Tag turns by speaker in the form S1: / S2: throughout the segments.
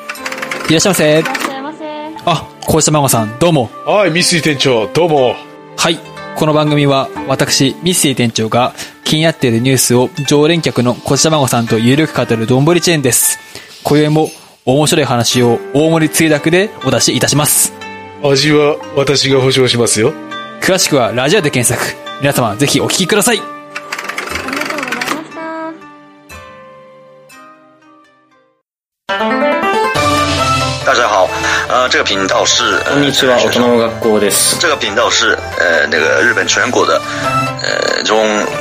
S1: いらっしゃいませ
S2: いらっしゃいませ。
S1: あこうしたまごさんどうも
S3: はい、三井店長、どうも。
S1: はいこの番組は私ミッセイ店長が気になっているニュースを常連客のこしたまごさんとゆるく語るどんぶりチェーンです今宵も面白い話を大盛りつゆだくでお出しいたします
S3: 味は私が保証しますよ。
S1: 詳しくはラジオで検索皆様ぜひお聞きください
S2: ありがとうございました。
S4: 大家好，呃，这个频道是
S5: こん
S4: 呃
S5: にちは、大人の学校です。
S4: 这个频道是呃那个日本全国的呃中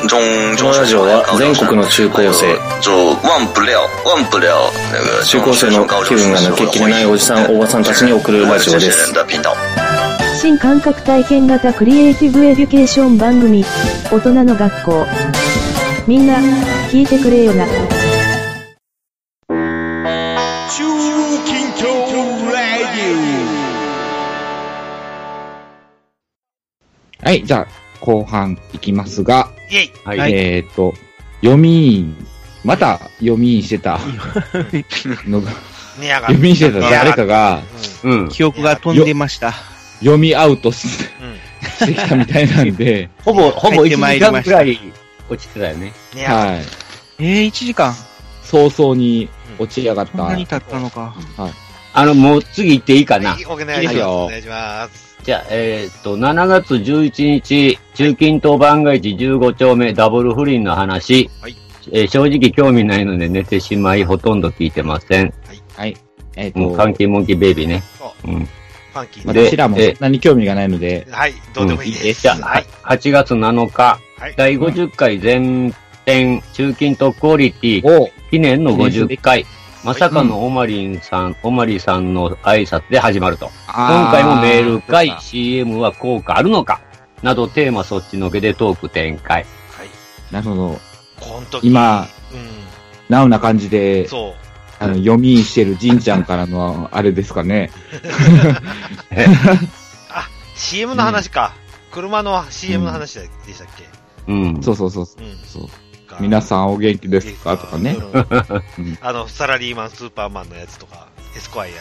S4: 中
S5: この
S4: 中
S5: ラジオは全国の中高生、
S4: 就忘不了忘不了那个
S5: 中高生の気分が抜けきれないおじさん、おばさんたちに送るラジオで
S4: 这些人
S5: す。
S4: 的频道。
S6: 新感覚体験型クリエイティブエデュケーション番組大人の学校みんな聞いてくれよな
S7: 中近東ラジ
S8: はい、じゃあ、後半いきますが、
S7: オイェイ
S9: はい。
S8: えっ、と、読み印、また読み印して た のが、
S7: 寝やが
S8: 読み印してた誰
S7: が。
S8: かが
S9: うん。
S10: 記憶が飛んでました。
S8: 読みアウトししてきたみたいなんで、
S9: ほぼ、ほ
S10: 入っ
S9: ぼ1
S10: て
S9: 時
S10: まいり
S9: 間
S10: まし
S9: く
S10: た
S9: らい落ちてたよね。
S7: 寝やが
S8: はい、
S10: えー、1時間。
S8: 早々に落ち上がっ
S10: そん
S8: た。
S10: な
S8: は
S10: に
S8: い、
S10: 経ったのか。
S9: あの、もう次行っていいかな
S7: はい。お願いしま
S9: いい
S7: す。
S9: よ
S7: お願いします。
S9: じゃあ、えっ、と、7月11日、中近東番外地15丁目ダブル不倫の話。
S7: はい
S9: えー正直興味ないので寝てしまい、ほとんど聞いてません。
S8: えっ、
S9: もう、
S8: と、
S9: 関係モンキーベイビーね。
S7: そう、
S9: うん。
S7: ファンキー
S8: まあ
S7: で。
S8: どちらもそんなに興味がないので、
S7: はい、どうでもいいです。
S9: じゃあ、は
S7: はい。
S9: 8月7日、
S7: はい。
S9: 第50回全編中近東クオリティ
S8: お
S9: 記念の50回。まさかのオマリンさん、オマリさんの挨拶で始まると。今回もメール
S8: かい
S9: 会、CM は効果あるのかなどテーマそっちのけでトーク展開。
S8: なるほど。
S7: この時
S8: 今、
S7: う
S8: なおな感じで
S7: ん。、そう。
S8: あの読み印してるじんちゃんからの、あれですかね。
S7: CM の話か。車の CM の話でしたっ
S9: うん。
S8: そうそうそうそ
S7: けうん。
S8: う。
S7: か
S8: 皆さんお元気ですかとかね。
S7: うん
S8: うん
S7: あの、サラリーマン、スーパーマンのやつとか、エスコアイ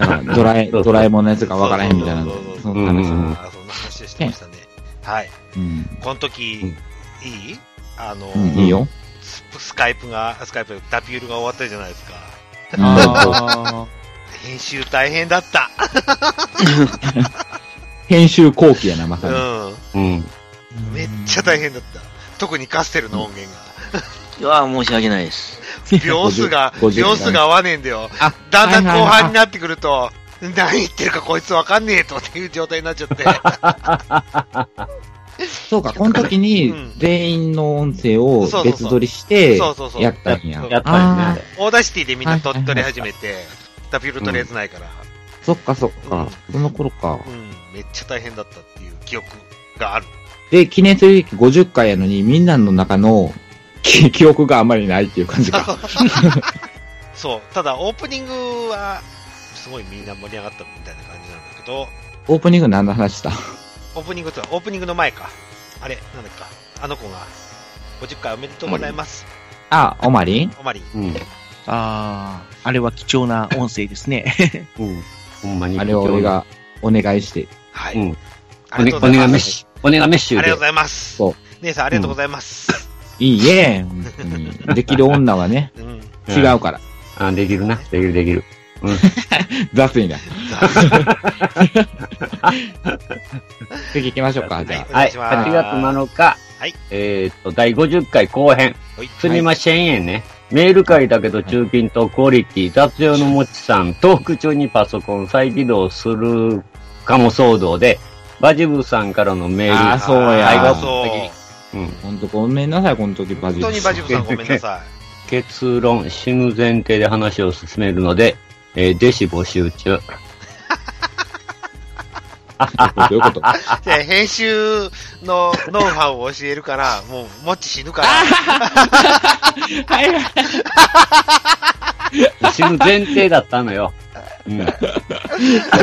S7: アの。
S8: なんかドラえ、
S9: そうそう
S8: ドラえもんのやつがわからへんみたいな
S7: そうそうそう。
S8: そんな話
S9: う。ん
S7: あそんな話をしてましたね。はい。
S8: うん。
S7: この時、
S9: うん
S7: いいあの、
S8: うんいいよ。
S7: ススカイプが、スカイプ、ダピュールが終わったじゃないですか。
S1: あ
S7: 編集大変だった。
S8: 編集後期やな、まさに。
S7: う
S9: うん。
S7: ん。めっちゃ大変だった。特にカステルの音源が。
S5: いや、申し訳ないです。
S7: 秒数 が、
S8: 50
S7: 秒数が合わねえんだよ
S8: あ。
S7: だんだん
S8: はいはい
S7: 後
S8: はい
S7: 半になってくると、何言ってるかこいつわかんねえとっていう状態になっちゃって。
S8: そうか、この時に
S7: うん
S8: 全員の音声を
S7: そうそうそう
S8: 別撮りして、
S7: そうそうそう
S8: やったんや
S7: そう。
S9: やっぱりね。
S7: オーダーシティでみんな撮
S8: はいはいはい
S7: 撮り始めて、ダピュール撮れずないから、
S8: そっかそっか。その頃か。
S7: うん、めっちゃ大変だったっていう記憶 がある。
S8: で、記念すべき50回やのに、みんなの中の 記記憶があまりないっていう感じか。
S7: そう。ただ、オープニングは、すごいみんな盛り上がったみたいな感じなんだけど、
S8: オープニング何の話した
S7: オープニングとは、オープニングの前か。あれ、なんだっけか。あの子が、50回おめでとうございます。
S8: あ、オマリン
S7: おまり。
S9: うん。
S10: あー、あれは貴重な音声ですね。
S9: うん。ほんまに。
S8: あれを俺。がお願いして。
S7: はい。
S9: うん
S7: あ
S9: お
S7: り
S9: ね
S7: がとう
S9: お
S7: ござい
S9: 願い
S7: ま
S9: メッ
S7: す。
S9: シュ。お願いメッシ
S7: あ
S9: ュ
S7: りがとうご
S9: で。
S7: ざいます
S8: そう。
S7: 姉さん、ありがとうございます。
S8: いいえ、本当に。できる女 はね、
S7: うん。
S8: 違うから。
S9: あ、できるな。できるできる。
S8: 雑にな。
S7: は
S8: 次行きましょうか、じゃあ。
S9: はい。
S7: お願い
S9: 8
S7: し
S9: 月
S7: ます
S9: 7日。
S7: はい。
S9: えーっと、第50回後編。
S7: い。
S9: すみませんえんね。メール会だけど中近とクオリティ、雑用の持ちさん、トーク中にパソコン再起動するかも騒動で、バジブさんからのメー
S8: あ
S9: ル。
S8: ーそうや
S7: あ
S9: はい
S7: そう。
S9: うん
S8: ほんとごめんなさい、この時バジ
S7: 本当に
S8: ル
S7: バジブさんごめんなさ
S9: 結論、死ぬ前提で話を進めるので、えー、弟子募集中。
S8: どういうこと
S7: い。で、編集のノウハウを教えるから、もう、もっち死ぬから。
S9: 死ぬ前提だった のよ。うん。え
S7: あれ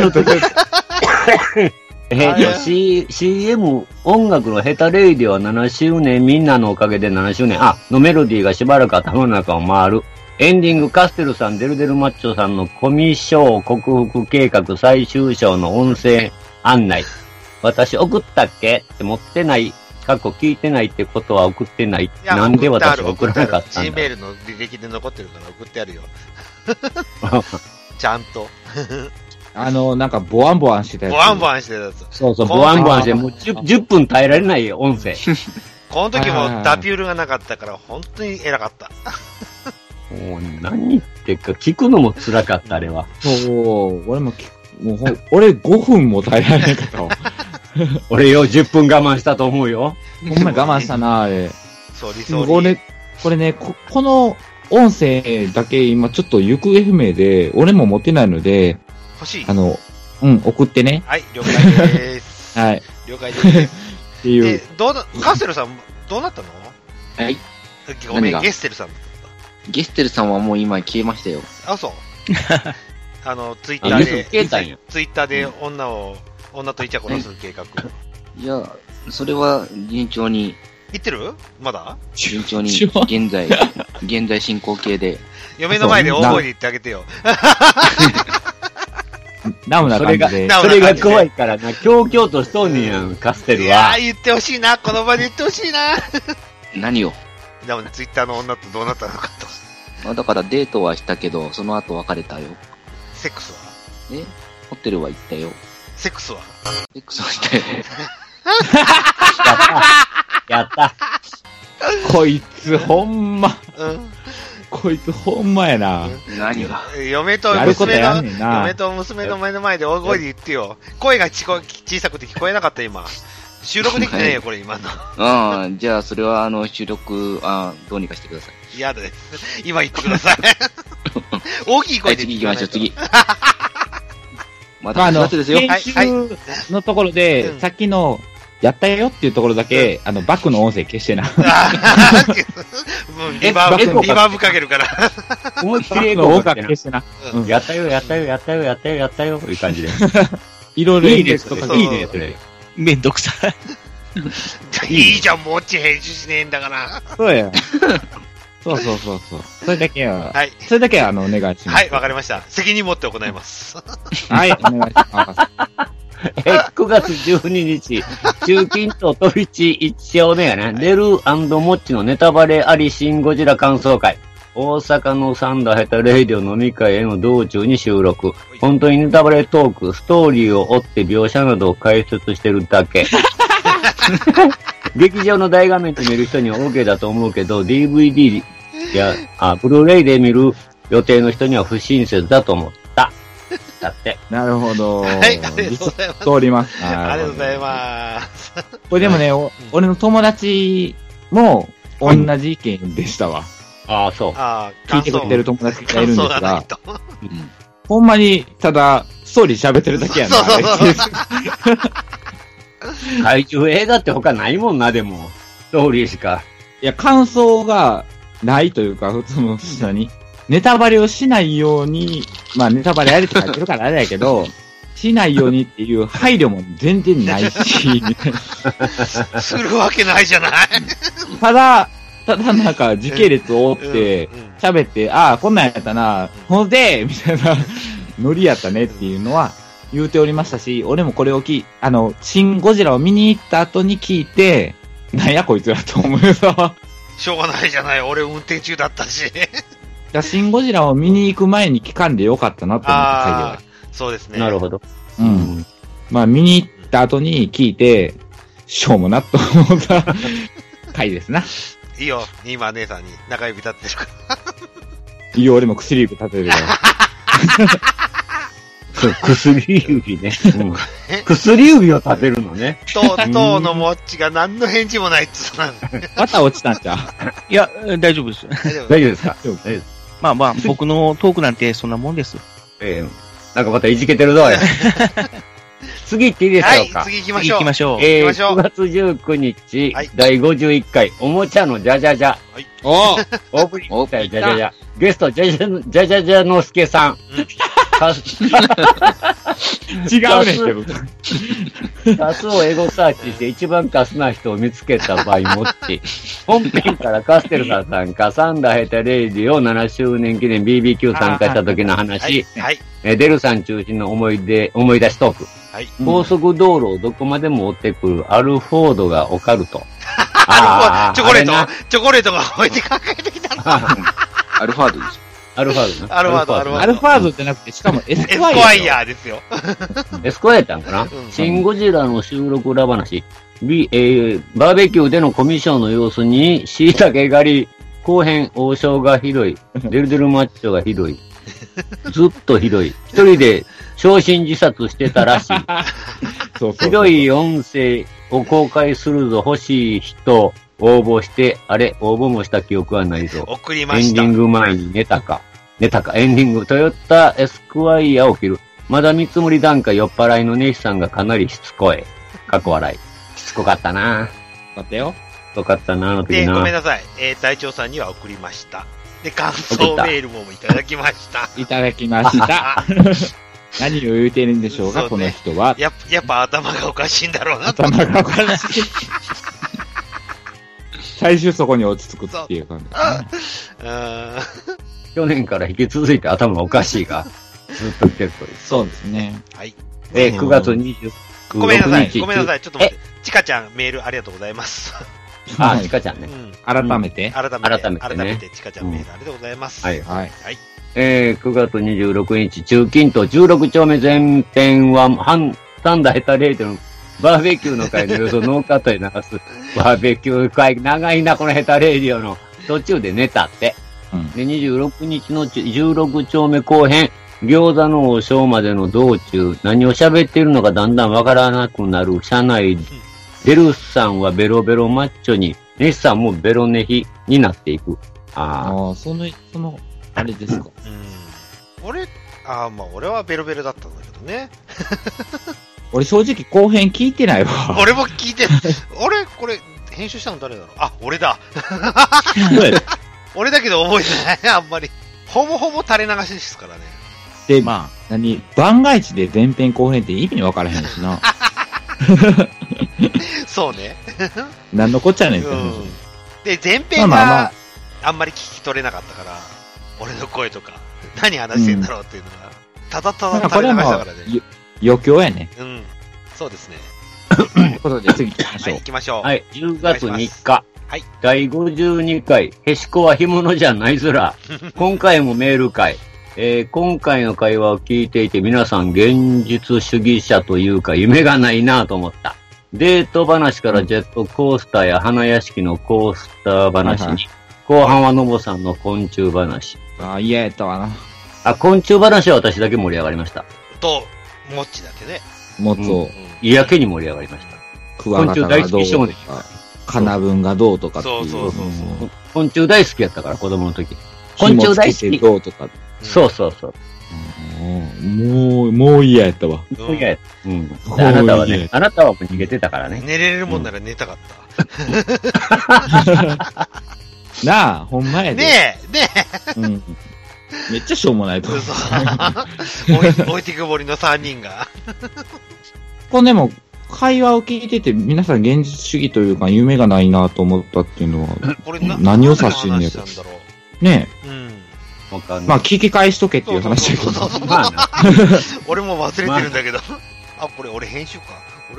S9: ーと、C、CM、音楽のヘタレイディは7周年、みんなのおかげで7周年、あ、のメロディーがしばらく頭の中を回る。エンディング、カステルさん、デルデルマッチョさんのコミュ障克服計画最終章の音声案内。私送ったっけって持ってない。過去聞いてないってことは送ってない。
S7: いや
S9: なんで私は
S7: 送
S9: 送
S7: っ
S9: ら
S7: てあ
S9: な
S7: る
S9: かったん
S7: G
S9: だ
S7: メールの履歴で残ってるから送って あるよ。ちゃんと。
S8: あの、なんか、ボワンボワンしてたやつ。
S7: ボワンボ
S8: ン。
S7: ワンしてたやつ。
S9: そうそう、
S7: こ
S9: ボ
S7: う
S9: ワンボワンして、もう 10, 10分耐えられないよ、音声。
S7: この時
S8: はいはいは
S7: も
S8: い
S7: ダピュールがなかったから、本当に偉かった。
S9: もう何言ってっか、聞くのも辛かった、あれは。
S8: そう、俺も聞く、もうほん、俺5分も耐えられなかったわ。
S9: 俺よ、10分我慢したと思うよ。
S8: ほんまに我慢したな、あれ。
S7: そう、理
S8: でも
S7: 想
S8: これ
S7: に。
S8: ね、これね、こ、この音声だけ今ちょっと行方不明で、俺も持ってないので、
S7: 欲しい。
S8: あの、うん、送ってね。
S7: はい、了解です。
S8: はい。っ
S7: 了解です。
S8: てい
S7: で
S8: う。、
S7: どうな、カステルさん、どうなったの
S5: はい。
S7: ごめ
S5: 何
S7: ん、
S5: が
S7: ゲステルさんだ
S5: ゲステルさんはもう今消えましたよ。
S7: あ、そう。あの、ツイッターで、
S9: あ消えたんや
S7: ツイッターで女を、女とイチャコラする計画。
S5: いや、それは順調に、
S7: 言ってるまだ
S5: 順調に、
S8: 順調
S5: 現在、現在進行形で。
S7: 嫁の前で大声で言ってあげてよ。
S8: ダムな感じ
S9: そ
S8: で。
S7: な
S9: それが怖いからな、強々としとんねやん、カステ
S7: い
S9: ル
S7: や
S9: は
S7: ー、。言ってほしいな。この場で言ってほしいな。
S5: 何を
S7: でもね、ツイッターの女とどうなったのかと。
S5: まあだからデートはしたけど、その後別れたよ。
S7: セックスは
S5: えホテルは行ったよ。
S7: セックスは
S5: セックスはしたよ。
S9: やった。
S8: こいつほんま、
S7: うん。
S8: こいつほんまやな。
S5: 何が
S7: 嫁と
S8: やること
S7: 娘
S8: やん
S7: の、
S8: ねん
S7: 嫁
S8: な。
S7: と娘の前の前で大声で言ってよ。声がちこ小さくて聞こえなかった今。収録できてないよ、これ今の。
S5: ああ、じゃあそれはあの、収録、ああ、どうにかしてください。
S7: 嫌です。今言ってください。大きい
S5: は
S7: 声
S5: い、
S7: で
S5: 次行
S7: 聞
S5: きましょう、次。 また
S8: あ
S5: 9
S8: の、
S5: 月ですよ。
S8: 編集
S7: はい
S8: のところ
S7: う
S8: で
S7: ん、
S8: さっきの、やったよっていうところだけ、あの、バックの音声消してな。
S7: あ ーもうリバー
S8: え
S7: ブ、リバーブかけるから。
S9: 思いっき
S8: バ
S9: り
S8: ッ
S9: エ
S8: ク
S9: コ
S8: の
S9: ー
S8: 音声
S9: かけな
S8: 消してな。
S9: やったよ、やったよ、やったよ、やったよ、やったよ、いう感じで。
S8: いろいろ
S9: いい
S8: 演
S9: ね、
S8: 説と
S9: そ
S8: か
S9: れ
S8: け
S7: そう
S8: て
S9: いいね、それ。
S10: めんどくさい。
S7: いいじゃん、もうち編集しねえんだから。
S8: そうや。そうそうそうそう。それだけは、
S7: はい。
S8: それだけはあのお願いしま
S7: はい、
S8: す。
S7: わかりました。責任持って行います。
S8: はい、お願いします。
S9: え9月12日、中金と飛び地一生ねやね、デルモッチのネタバレありシンゴジラ感想会。大阪のサンダーヘタレイディオ飲み会への道中に収録。本当にネタバレトーク、ストーリーを追って描写などを解説してるだけ。劇場の大画面で見る人には OK だと思うけど、DVD や、あ、ブルーレイで見る予定の人には不親切だと思った。だって。
S8: なるほど。
S7: はい、ありがとうございます。
S8: 通ります。
S7: ありがとうござい
S8: す。
S7: ます。
S8: これでもね、お俺の友達も同じ意見でしたわ。
S9: ああ、そう。
S7: ああ、
S8: 聞いてくれてる友達がいるんですが
S7: 感想ないと
S8: ほんまに、ただ、ストーリー喋ってるだけやな。
S7: そうそうそう
S9: 怪獣映画って他ないもんな、でも。ストーリーしか。
S8: いや、感想がないというか、普通の、何ネタバレをしないように、まあネタバレやりって書いてるからあれだけ ど、しないようにっていう配慮も全然ないし、 みたいな
S7: するわけないじゃない。
S8: ただ、ただなんか時系列を追って
S7: うんうん、
S8: 喋って、ああ、こんなんやったな、ほんで、 みたいな、ノリやったねっていうのは言うておりましたし、俺もこれをき、あの、シン・ゴジラを見に行った後に聞いて、なんやこいつらと思う よ。
S7: しょうがないじゃない。俺運転中だった し。
S8: だシン・ゴジラを見に行く前に聞かんでよかったなって思った回で
S7: あ
S8: は
S7: あ、そうですね。
S9: なる
S7: ど。
S9: ほど。
S8: うん。まあ見に行った後に聞いて、しょうもなと思 った回ですな。
S7: いいよ。今姉さんに中指立ってるから。
S8: いや、俺も薬指立てる よ。
S9: く薬指ね。うん薬指を立てるのね。
S7: とうとうのもっちが何の返事もないっつうのなんで
S8: また落ちたんちゃう
S10: いや、大丈夫です。
S7: 大丈夫
S9: 大丈夫ですか
S8: 大丈夫
S9: 大丈夫です。
S10: まあまあ、僕のトークなんてそんなもんです。
S9: ええなんかまたいじけてるぞ、おい次行っていいで
S7: は
S9: しょう
S7: い
S9: か、、
S7: 次行きま
S10: 次
S7: しょ
S10: 行
S7: う
S10: き。ましょう。
S9: ええ
S7: 行きましょう
S9: 9月19日、
S7: はい
S9: 第51回、おもちゃのじゃじゃじゃ。
S8: お
S9: オープニング
S5: お
S9: じゃじゃじゃ。ゲスト、じゃじゃ、じゃじゃじゃのすけさん。カス、
S8: 違うねんけど。
S9: カスをエゴサーチして一番カスな人を見つけた場合もっ ち。本編からカステルさん参加、サンダーヘタレイディオ7周年記念 BBQ 参加した時の
S7: はい
S9: 話、。
S7: はい。
S9: えーデルさん中心の思い出、思い出しトーク。
S7: はい。
S9: 高速道路をどこまでも追ってくるアルフォードがオカ ルト。
S7: あ
S9: あ
S7: チョコレー
S9: あれな
S7: ト、チョコレートが置いてかけてきたの。
S5: アルファードです。
S9: アルファードな。
S7: アルファード
S8: アルファードじゃなくて、しかもエス
S7: エス
S8: コ
S7: コ
S8: アイア。
S7: ワイヤーですよ。
S9: エスコアやったんかな、
S7: うん
S9: シン・ゴジラの収録裏話、ビえーバーベキューでのコミッションの様子に、椎茸狩り、後編、王将が ひどい、デルデルマッチョがひどい、ずっとひどい、一人で焼身自殺してたらし い。
S8: そうそうそう
S9: ひどい音声を公開するぞ、欲しい人、応募して、あれ、応募もした記憶はないぞ。
S7: 送りま
S9: エン
S7: し
S9: デ
S7: た
S9: ィン。グ前に寝たか。寝たか。エンディング。トヨタエスクワイヤーを切る。まだ見積もり段階酔っ払いのネヒさんがかなりしつこい。過去笑い。しつこかったな。
S8: 待ってよ。
S9: しつこかったな、あの時
S7: で、ごめん
S9: な。
S7: なさい。えー、隊長さんには送りました。で、感想メールもいただきました。
S8: いただきました。
S7: あ
S8: 何を言うてるんでしょう
S7: そ
S8: か、
S7: う
S8: こ
S7: ね
S8: の人は。
S7: やっやっぱ頭がおかしいんだろう なと。
S8: 頭がおかし い。最終そこに落ち着くっていう感じ。
S7: うーん
S9: 去年から引き続いて頭おかしいが、ずっと言ってるという。
S8: そうですね。
S7: はい。
S9: で、
S8: うん
S9: 9月26日。
S7: ごめんなさい。
S8: 6
S7: ごめんなさい。ちょっと待って。ちかちゃん、メールありがとうございます。
S9: あ、
S8: はい
S9: ちかちゃん
S7: う
S9: ね。
S7: ん。
S8: 改めて。
S7: 改めて、
S9: 改めてね
S7: ちかちゃんメールありがとうございます。
S9: はい。
S8: はい。
S9: えー、9月26日、中近東16丁目前編は、半、三大タレーテのバーベキューの会の様子をノーカットで流 す。バーベキュー会、長いな、このヘタレーディオの。途中で寝たって。
S8: うん
S9: で、26日のち16丁目後編、餃子の王将までの道中、何を喋っているのかだんだんわからなくなる車内、デルスさんはベロベロマッチョに、ネシさんもベロネヒになっていく。ああ。
S8: ああ、その、その、あれですか。
S7: うん。俺、あーまあ俺はベロベロだったんだけどね。
S8: 俺正直後編聞いてないわ。
S7: 俺も聞いて、 俺、これ、編集したの誰だろうあ、俺だ。俺だけど覚えてない、あ んまり。ほぼほぼ垂れ流しですからね。
S8: で、
S10: ま
S8: 何番外地で前編後編って意味わからへんし な。
S7: そうね。
S8: 何のこっちゃ
S7: う
S8: ねん
S7: ん
S8: って話。。
S7: で、前編
S8: まあまあま
S7: が
S8: あ
S7: あんまり聞き取れなかったから、俺の声とか、何話してんだろうっていうのが、ただただ
S8: こ
S7: 垂
S8: れ
S7: れ流
S8: はも
S7: した
S8: う
S7: からね。
S8: よ余興やね。
S7: うん。そうですね。
S8: ということで次行きま
S7: は
S8: しょ
S7: い、
S8: う
S7: 行。きましょう。
S9: はい、10月
S7: お願いし
S9: 3日。
S7: はい
S9: 第52回、へしこは干物じゃない ずら。今回もメール会。えー今回の会話を聞いていて皆さん現実主義者というか夢がないなぁと思った。デート話からジェットコースターや花屋敷のコースター話
S8: はいは
S9: に、後半はのぼさんの昆虫話。
S8: ああ、嫌やったわな。
S9: あ、昆虫話は私だけ盛り上がりました。
S7: と、もっちだけね。
S8: もつ
S7: う、
S8: を
S7: ん
S9: 嫌気に盛り上がりました。
S8: クワガタがどうと
S9: 昆虫大好き
S8: か、カナブンがどうとかっていう。
S7: そうそうそうそ
S9: 昆虫大好きやったから子供の時。
S8: うん
S9: 昆虫大好き
S8: 紐つけてどうとか。
S9: そうそうそう。
S8: うんもう、もう嫌やったわ。
S7: うん
S9: いや、うん。
S8: こういう
S9: あなたはね
S8: ね、
S9: あなたはもう逃げてたからね。
S7: 寝れるもんなら寝たかった。
S8: なあ、ほんまやで。
S7: ねえ、ねえ
S8: うんめっちゃしょうもないと思う。
S7: 嘘置い置いてくぼりの3人が。
S8: こうでも、会話を聞いてて、皆さん現実主義というか、夢がないなと思ったっていうのは、
S7: これ
S8: 何を指してんね
S7: 何の話し
S8: やろ
S7: たんだろ
S8: ね
S7: う。うん。
S9: わかん
S8: え、
S9: な
S8: ま
S9: い
S8: あ聞き返しとけっていう話だけど。
S7: そうそうそう
S9: まあな、
S7: 俺も忘れてるんだけど。あ、これ俺編集か。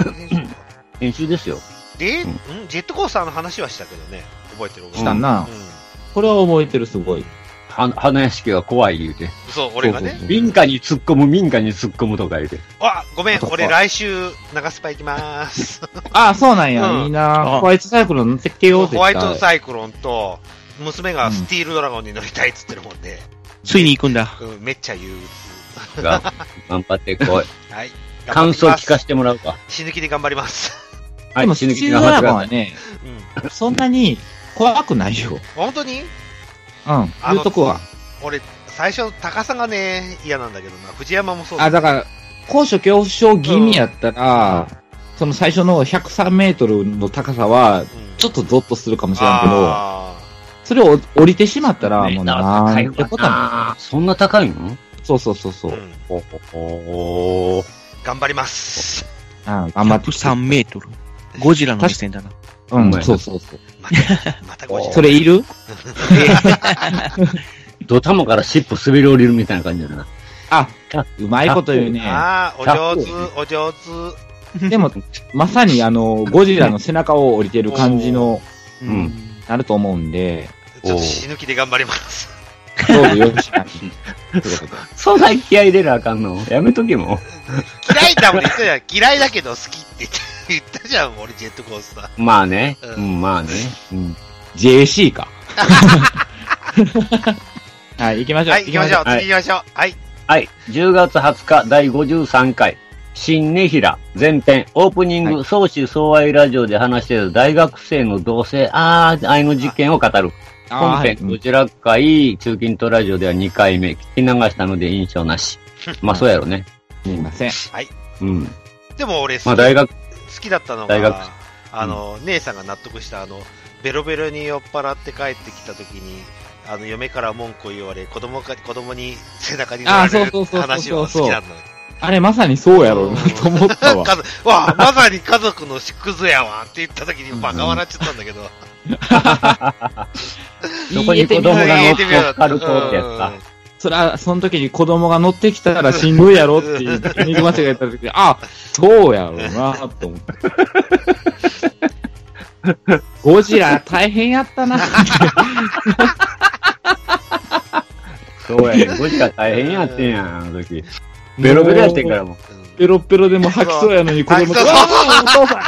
S7: 俺の編集か。
S9: 編集ですよ。
S7: で、
S9: うん
S7: んジェットコースターの話はしたけどね。覚えてる覚え
S8: してた
S7: る。
S8: な。
S7: う
S8: これは覚えてる、すごい。
S9: は花屋敷が怖い言うて。
S7: ん。そう、俺が
S8: そう
S7: ね
S8: そ。うそう
S9: 民家に突っ込む、民家に突っ込むとか言うて。
S7: あ、ごめん
S8: あ、と
S7: 俺来週、長スパ行きます。
S8: ああ、そうなんや。
S7: うん
S8: いいな
S10: あ
S8: ホワイトサイクル乗ってきてよ、絶
S7: ホワイ
S8: 対。
S7: トサイクロンと、娘がスティールドラゴンに乗りたいっつってるもんで、
S10: ついに行くんだ。
S7: うん、めっちゃ憂
S9: が、頑張ってこい。
S7: 鬱。はい。
S9: 感想聞か
S7: せ
S9: せてもらう か。
S7: 死ぬ気で頑張ります。
S9: は
S8: でも、
S9: い、
S8: ス
S9: 死
S8: チ
S9: ぬ
S8: ー
S9: 気
S8: ルド
S9: 頑張
S8: ラ
S9: ってく
S8: ゴン
S9: ださ。
S8: はいね、
S7: うん。
S8: そんなに怖くないよ。
S7: 本当に
S8: うん、
S7: あの
S8: 言うとこは。
S7: 俺、最初、高さがね、嫌なんだけどな。藤山もそう
S8: あ、だから、高所恐怖症気味やったら、その最初の103メートルの高さは、
S7: うん
S8: ちょっとゾッとするかもしれんけど、
S7: あ
S8: それを降りてしまったら、もう
S9: 高
S8: ないんて
S9: わ
S8: ことは
S9: なそんな高いの
S8: なそうそうそうそうう。
S7: ん。
S9: おおお
S7: 頑張ります。
S8: あ頑張ってきて
S10: 3メートル。ゴジラの視線だな。
S8: う
S9: ほん
S8: ん
S9: まや、な
S8: そうそうそう。
S7: また、またご自
S8: それいる
S9: ドタマから尻尾滑り降りるみたいな感じだな。。
S8: あ、うまいこと言うね。
S7: ああ、お上手、お上手。
S8: でも、まさにあの、ゴジラの背中を降りてる感じの、
S10: うん
S8: なると思うんで、
S7: ちょっと死ぬ気で頑張ります。
S8: どうぞよろしく。ということで
S9: そんな気合い入れなあかんのやめとけも。
S7: 嫌いだもん言ったじゃん。嫌いだけど好きって言ったじゃん、俺ジェットコースター。
S9: まあね。
S7: うん
S9: うん、まあね。うん。
S8: JC か。 はい、行きましょう。
S7: はい、行きましょう。
S9: はい
S7: 次行きましょう。はい。
S9: はい。10月20日第53回、新ネヒラ前編、オープニング、
S8: は
S9: 相思相愛ラジオで話している大学生の同性、あー、愛の事件を語る。本
S8: あー
S9: 編、どちらかいい中近東ラジオでは2回目、聞き流したので印象 なし。まあそうやろね。
S8: すみません。
S9: うん。
S7: でも俺、好き
S9: まあ大学、
S7: 好きだったの
S9: 大学
S7: が、あの、姉さんが納得した、あの、ベロベロに酔っ払って帰ってきた時に、あの、嫁から文句を言われ、子供か、子供に背中に乗られ
S8: あーそう
S7: る
S8: そうそうそうそう
S7: 話は好きなんだよ。
S8: あれ、まさにそうやろうなと思った わ。
S7: 家族わあ、まさに家族の縮図やわって言った時にバカ笑っちゃったんだけど。
S9: どこに子供が乗ってかかる子ってやつ
S7: う
S9: か
S7: ん。
S8: それは、その時に子供が乗ってきたらしんどいやろっていう、水間違えた時に、あ、そうやろうなと思って。ゴジラ大変やっ たな。
S9: そうやね。ゴジラ大変やってんやん、あ の時。ベロベロやってんからもう。
S8: ペロペロでも吐きそうやのに子供が、
S7: そう
S8: わあお父さん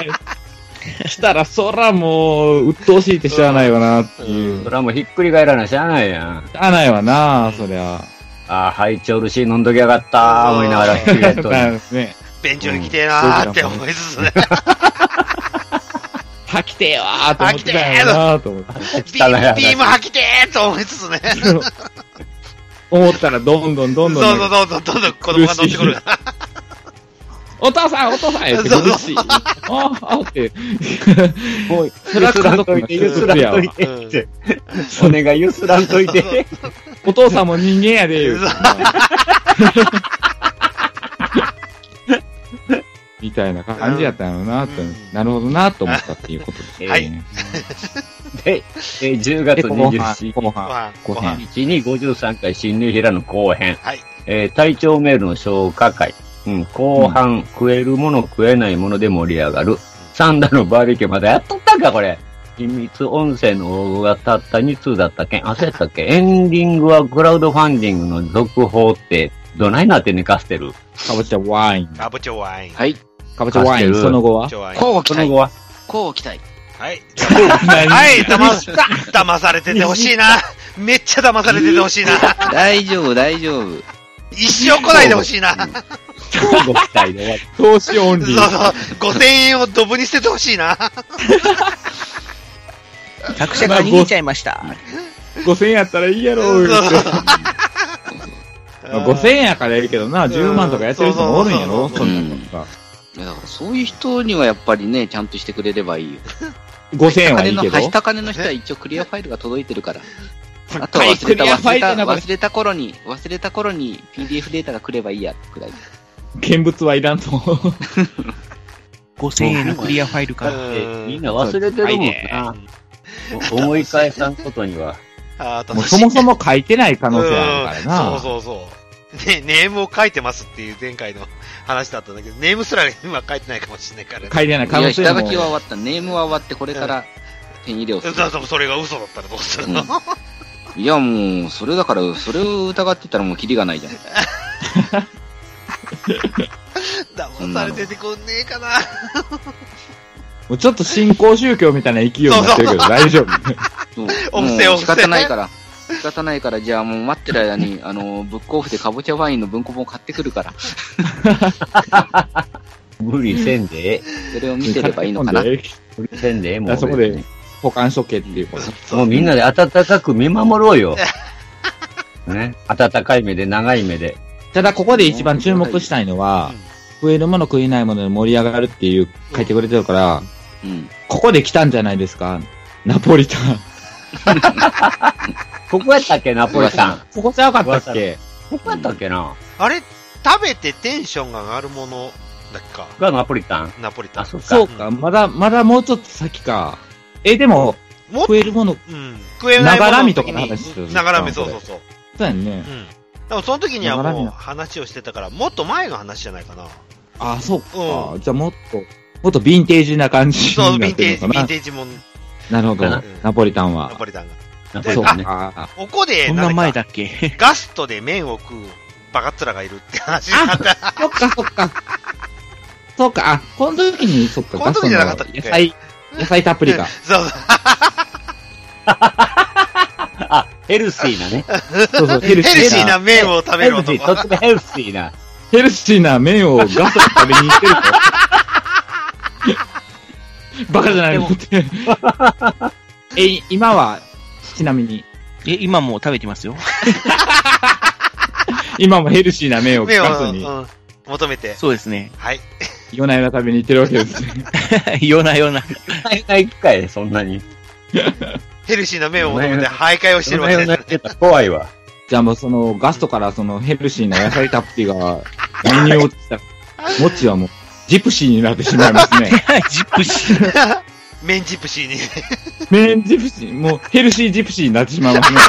S8: 来たらそらもう、鬱陶しいってしゃあないわなっていう。
S9: それはもうひっくり返らなしゃあないやん。
S8: しゃあないわなそり ゃ。
S9: ああ、はい、ちょるし、飲んどきやがったー、思 いながらひっくり返っとる。
S8: ね。
S7: 便所に来てえなーって思いつつね。
S8: 吐きてえわーと思ってたんやろなと思って。
S7: ビービーム吐きてえと思いつつね。
S8: 思ったらどんどんどんどん、
S7: そうそうそうそう、どんどん子供が乗ってくるから。
S8: お父さんお父さん言って
S7: そうそう
S8: 苦しい。ああって。
S9: もう、ゆ
S8: それは
S9: すらんといて、ゆ
S8: 家
S9: す
S8: 族
S9: ら
S8: の
S9: んといてって。お願い、ゆすらんといて。
S8: お父さんも人間やで、言うてみたいな感じやったんやろなって
S7: うん。
S8: なるほどなと思ったっていうことですね。
S7: はい
S8: うん。
S9: で、えー10月
S8: で、後
S9: 27
S8: 半、後半。
S7: まあ、
S8: 後
S7: ご
S8: 半
S7: 飯。
S9: 日に53回、新入平の後編。
S7: はい。
S9: えー、隊長メールの消化会。うん、後半、食えるもの食えないもので盛り上がる。サンダのバーベキューまだやっとったんか、これ。秘密音声の応募がたった2通だったけん。焦ったっけエンディングはクラウドファンディングの続報って、どないなって寝かせてる
S8: かぼちゃワイン。
S7: カボチョワイン。
S10: はい。
S8: かぼちゃワイン、
S9: カステル
S8: その後
S7: カ
S8: は
S7: ボチョワイン。
S10: こうは期
S9: その
S10: 待
S9: 後。は
S10: こうは期待。
S7: はい。はい、騙す、騙されててほしいな。めっちゃ騙されててほしいな。
S10: 大丈夫、大丈夫。
S7: 一生来ないでほしいな。そう
S9: ご期待で終わり。
S8: 投資オン
S7: そう。5000円をドブに捨ててほしいな。
S10: 作者が逃げちゃいました。
S8: 5000円やったらいいやろ、言うてまあ5000円やからやるけどな、10万とかやってる人もおるんやろ、
S7: うんそ
S8: そんなんとか。
S10: いやだからそういう人にはやっぱりね、ちゃんとしてくれればいいよ。
S8: 5000円はいいけど。
S10: 高金の人は一応クリアファイルが届いて るから。あと
S8: 高
S10: はい忘れた、
S8: クリアフ
S10: 忘
S8: ァイ
S10: れ
S8: ル
S10: た、
S8: なこれ
S10: 忘れた頃に、忘れた頃に PDF データが来ればいいや、くらい。
S8: 見物はいら んと思う。
S9: 1000円のクリアファイル
S7: から
S9: みんな忘れてるもんな。お思い返さんことには。
S7: あー
S8: もうそもそも書いてない可
S7: 可
S8: 能性あるからな。
S7: そうそうそう。ね、ネームを書いてますっていう前回の話だったんだけど、ネームすら今書いてないかもしれないから、ね。
S8: 書いてない可
S10: いや、
S8: 能性も
S10: 下書きは終わった。ネームは終わって、これから手に入れをす
S7: そう
S10: る。
S7: そうそれが嘘だったらどうするの、
S10: うんいや、もう、それだから、それを疑ってたらもうキリがないじゃん。
S7: 騙されててくんねえかな。
S8: もうちょっと新興宗教みたいな勢いになってるけど大丈夫。
S10: そう
S7: お布施
S10: も
S7: お
S10: う
S7: 布施
S10: 仕方ないから。仕方ないから、じゃあもう待ってる間に、あの、ブックオフでカボチャワインの文庫本を買ってくるから、
S9: 無理せんでええ。
S10: それを 見てればいいのかな。
S9: 無理せんでええも
S8: あ
S9: う。
S8: そこで保管しとけっていうこと。
S9: もうみんなで温かく見守ろうよ。ね。温かい目で、長い目で。
S8: ただここで一番注目したいのは、食えるもの食えないもので盛り上がるっていう書いてくれてるから、
S10: うん。
S8: ここで来たんじゃないですか。ナポリタン。
S9: ここやったっけ、ナポリタン。
S8: ここちゃうかったっけ
S9: どこやったっけな
S7: あれ、食べてテンションが上がるものだっけか。
S9: がナポリタン。
S7: ナポリタン。
S9: あそうか
S8: そうか、まだ、まだもうちょっと先か。え、でも、
S7: もっと
S8: 食えるもの、そ
S7: うん。食えないものの時に
S8: ながらみとかの話する
S7: ながらみ、そうそうそう。
S8: うやんね
S7: う。ん。でもその時には
S8: ながら
S7: も
S8: み
S7: う
S8: な
S7: 話をしてたから、もっと前の話じゃないかな。
S8: あ、そうか。じゃあもっと、もっとヴィンテージな感じ
S7: そう、
S8: に
S7: ヴ
S8: な
S7: ィ
S8: っ
S7: ンテ
S8: て
S7: ー
S8: る
S7: ジ、
S8: の
S7: ヴ
S8: か
S7: ィン
S8: な。
S7: テージもん、
S8: なるほど
S9: うん。
S8: ナポリタン
S7: ナ
S8: は
S7: ポ。リタンが。
S9: ナポ
S8: そ
S9: リ
S8: う
S9: タンね。
S8: か。
S7: ここで、
S8: こん
S7: な
S8: なん前
S7: か
S8: だっけ。
S7: ガストで麺を食うバカ面がいるって話になった。
S8: そっか、そっか。そうか、あ、この時に、そっか、
S7: この時じゃなかったっけ
S8: 野菜、野菜たっぷりか。
S7: そうそう。
S9: あ、ヘルシーなね。
S8: そうそう、
S7: ヘルシー
S8: な
S7: な麺を食べる
S9: ヘルシ
S7: 男
S9: ー、。とってもヘルシーな。
S8: ヘルシーな麺をガストで食べに行ってる と。バカじゃないのって。え、今は、ちなみに、
S11: え、今もう食べてますよ。
S8: 今もヘルシーな麺を
S7: 麺
S8: ガストに、
S7: を、うん、求めて。
S11: そうですね。
S7: はい。
S8: 夜な夜な食べに行ってるわけですね。
S11: 夜な夜な。
S9: ないない機会、そんなに。
S7: ヘルシーな麺を求めて徘徊をしてるわけです
S9: な
S7: ね
S9: い。てたら怖いわ。
S8: じゃあもうその、ガストからそのヘルシーな野菜たっぷりが、メニューを落ちた、もちはもう、ジプシーになってしまいます ね。
S11: ジップシー。
S7: 麺ジプシーに。
S8: メンジプシー、もうヘルシージプシーになってしまいますね。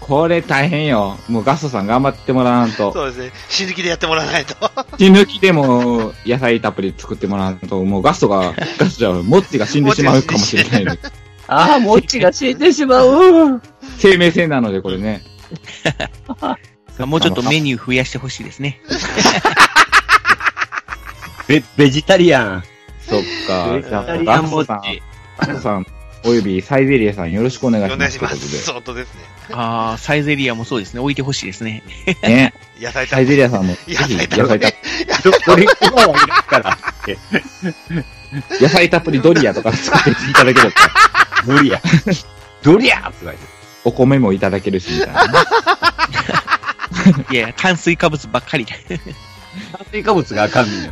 S8: これ大変よ。もうガストさん頑張ってもらわんと。
S7: そうですね。死ぬ気でやってもらわないと。
S8: 死ぬ気でも野菜たっぷり作ってもらわんと、もうガストが、ガストじゃ、モッチが死んでしまうかもしれないので。
S9: ああ、もっちが死んでしま う。
S8: 生命線なのでこれね。
S11: もうちょっとメニュー増やしてほしいですね。
S9: ベ、ベジタリアン。
S8: そっか。
S9: ベジ
S8: じゃ
S9: タ
S8: あ
S9: リア
S8: ガ
S9: ン
S8: スト
S9: もっ
S8: さん、
S9: ち。
S8: ガストさん、およびサイゼリアさんよろしくお願い
S7: お
S8: し
S7: 願
S8: ま
S7: い
S8: す。
S7: します。本当ですね。
S11: ああ、サイゼリアもそうですね。置いてほしいですね。
S8: ということで。ね。
S7: 野菜た
S8: サイゼリアさんも、ぜ
S7: 野菜
S8: ひ
S7: たっぷ
S8: 野菜
S7: り
S8: たっ。
S9: ドドリンクバーはいるから。
S8: 野菜たっぷりドリアとか作っていただければ。
S9: ドリア。ドリアって書いて
S8: お米もいただけるし、みたいなね。
S11: いや、炭水化物ばっかり。
S9: ある。炭化物があかんねん。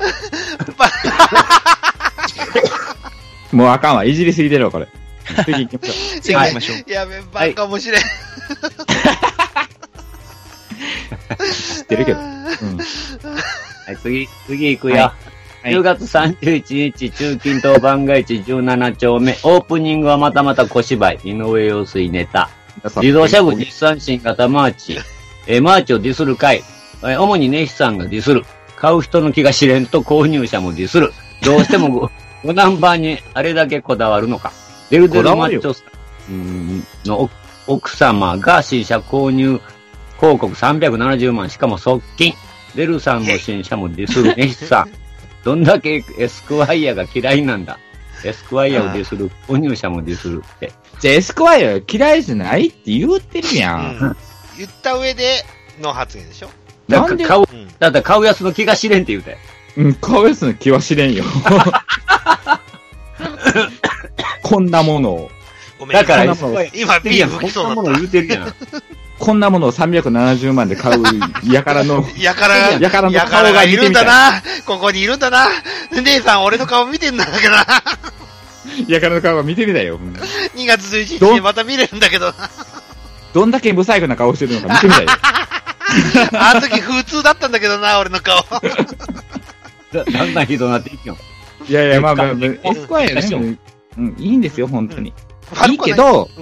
S8: もうあかんわ。いじりすぎてるわ、これ。次行きま
S11: 次
S8: しょ
S11: 行きましょう。
S7: やべ、バカ面白い。
S8: う。知ってるけど。うん。
S9: はい、次、次行くよ。
S8: い
S9: 10月31日、中近東番外地17丁目、オープニングはまたまた小芝居、井上陽水ネタ。自動車部日産新型マーチ。えーマーチをディスる会。えー主にネヒさんがディスる。買う人の気が知れんと購入者もディスる。どうしてもご、ごナンバーにあれだけこだわるのか。デルデルマッチョさんうんの奥奥様が新車購入広告370万、しかも側近。デルさんの新車もディスるネヒさん。どんだけエスクワイアが嫌いなんだ。エスクワイアをディスる、購入者もディスるって。
S8: じゃあ、エスコワイア嫌いじゃないって言ってるや。
S7: うんん言った上での発言でしょ。
S9: だ
S8: な
S9: か
S8: んで、
S9: ら買う
S7: う、ん。
S9: だって買うやつの気が知れんって言うて。
S8: うん、かわいそうな気はしれんよ。 こんなものを、
S7: ごめん。
S9: だから、
S8: そんなもん
S7: 今、ビーフ
S9: こ
S7: 吹きそ
S9: ん
S7: う
S9: な
S7: だ
S9: も
S7: っ
S9: の言うてるやん。
S8: こんなものを370万で買う、やからの、
S7: た。やから、
S8: やからの
S7: やか
S8: 顔
S7: らが
S8: が
S7: い
S8: 見て
S7: るん
S8: みた
S7: だ
S8: い。
S7: な。ここにいるんだな。姉さん、俺の顔見てんだけどな。
S8: やからの顔が見てみたいよ。うん
S7: 2月11日にまた見れるんだけどな。
S8: どんだけ不細工な顔してるのか見てみたいよ。
S7: あの時普通だったんだけどな、俺の顔。
S9: だだんだんひどなっていくよ。
S8: いやいや、まあまあ、
S9: うん
S8: エスコワイアね、うん、いいんですよ、本当に。い
S7: 悪
S8: い
S7: くは
S8: け
S7: な
S8: ど、
S7: 悪く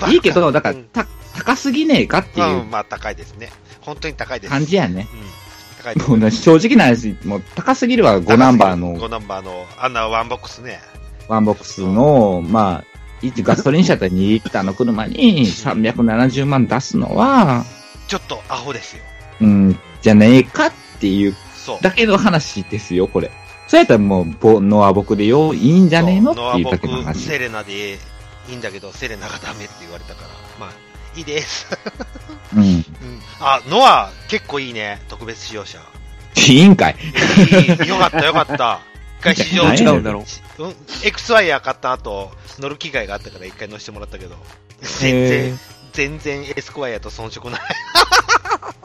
S7: はない
S8: いけど、だか
S7: う
S8: ら
S7: ん、
S8: た、高すぎねえかってい
S7: うん、
S8: う
S7: まあ、高いですね。本当に高いです。
S8: 感じやね。
S7: うん。高いです。
S8: もうね正直な話、もう高すぎるわ、5ナンバー
S7: 5
S8: の
S7: ナンバーの、あんなワンボックスね。
S8: ワンボックスの、まあ、一ガソリン車と2リッターの車に370万出すのは、
S7: ちょっとアホですよ。
S8: うん、じゃねえかっていう
S7: そう。
S8: だけの話ですよ、これ。そうやったらもう、ぼノア僕でよ、いいんじゃねえのって
S7: そう
S8: いうだけ
S7: ノ
S8: の
S7: ア僕
S8: 話。
S7: セレナでいいんだけど、セレナがダメって言われたから、まあ、いいです。
S8: うん。
S7: うん、あ、ノア、結構いいね。特別使用車。
S8: いいんかい。
S7: いいよかった、よかった。一回試乗
S8: 何
S11: 違
S8: や
S11: うん
S8: ね
S11: だ
S8: ん
S11: ろう。
S7: うん、XY 買った後、乗る機会があったから一回乗せてもらったけど、全然、全然エスクワイアと遜色ない。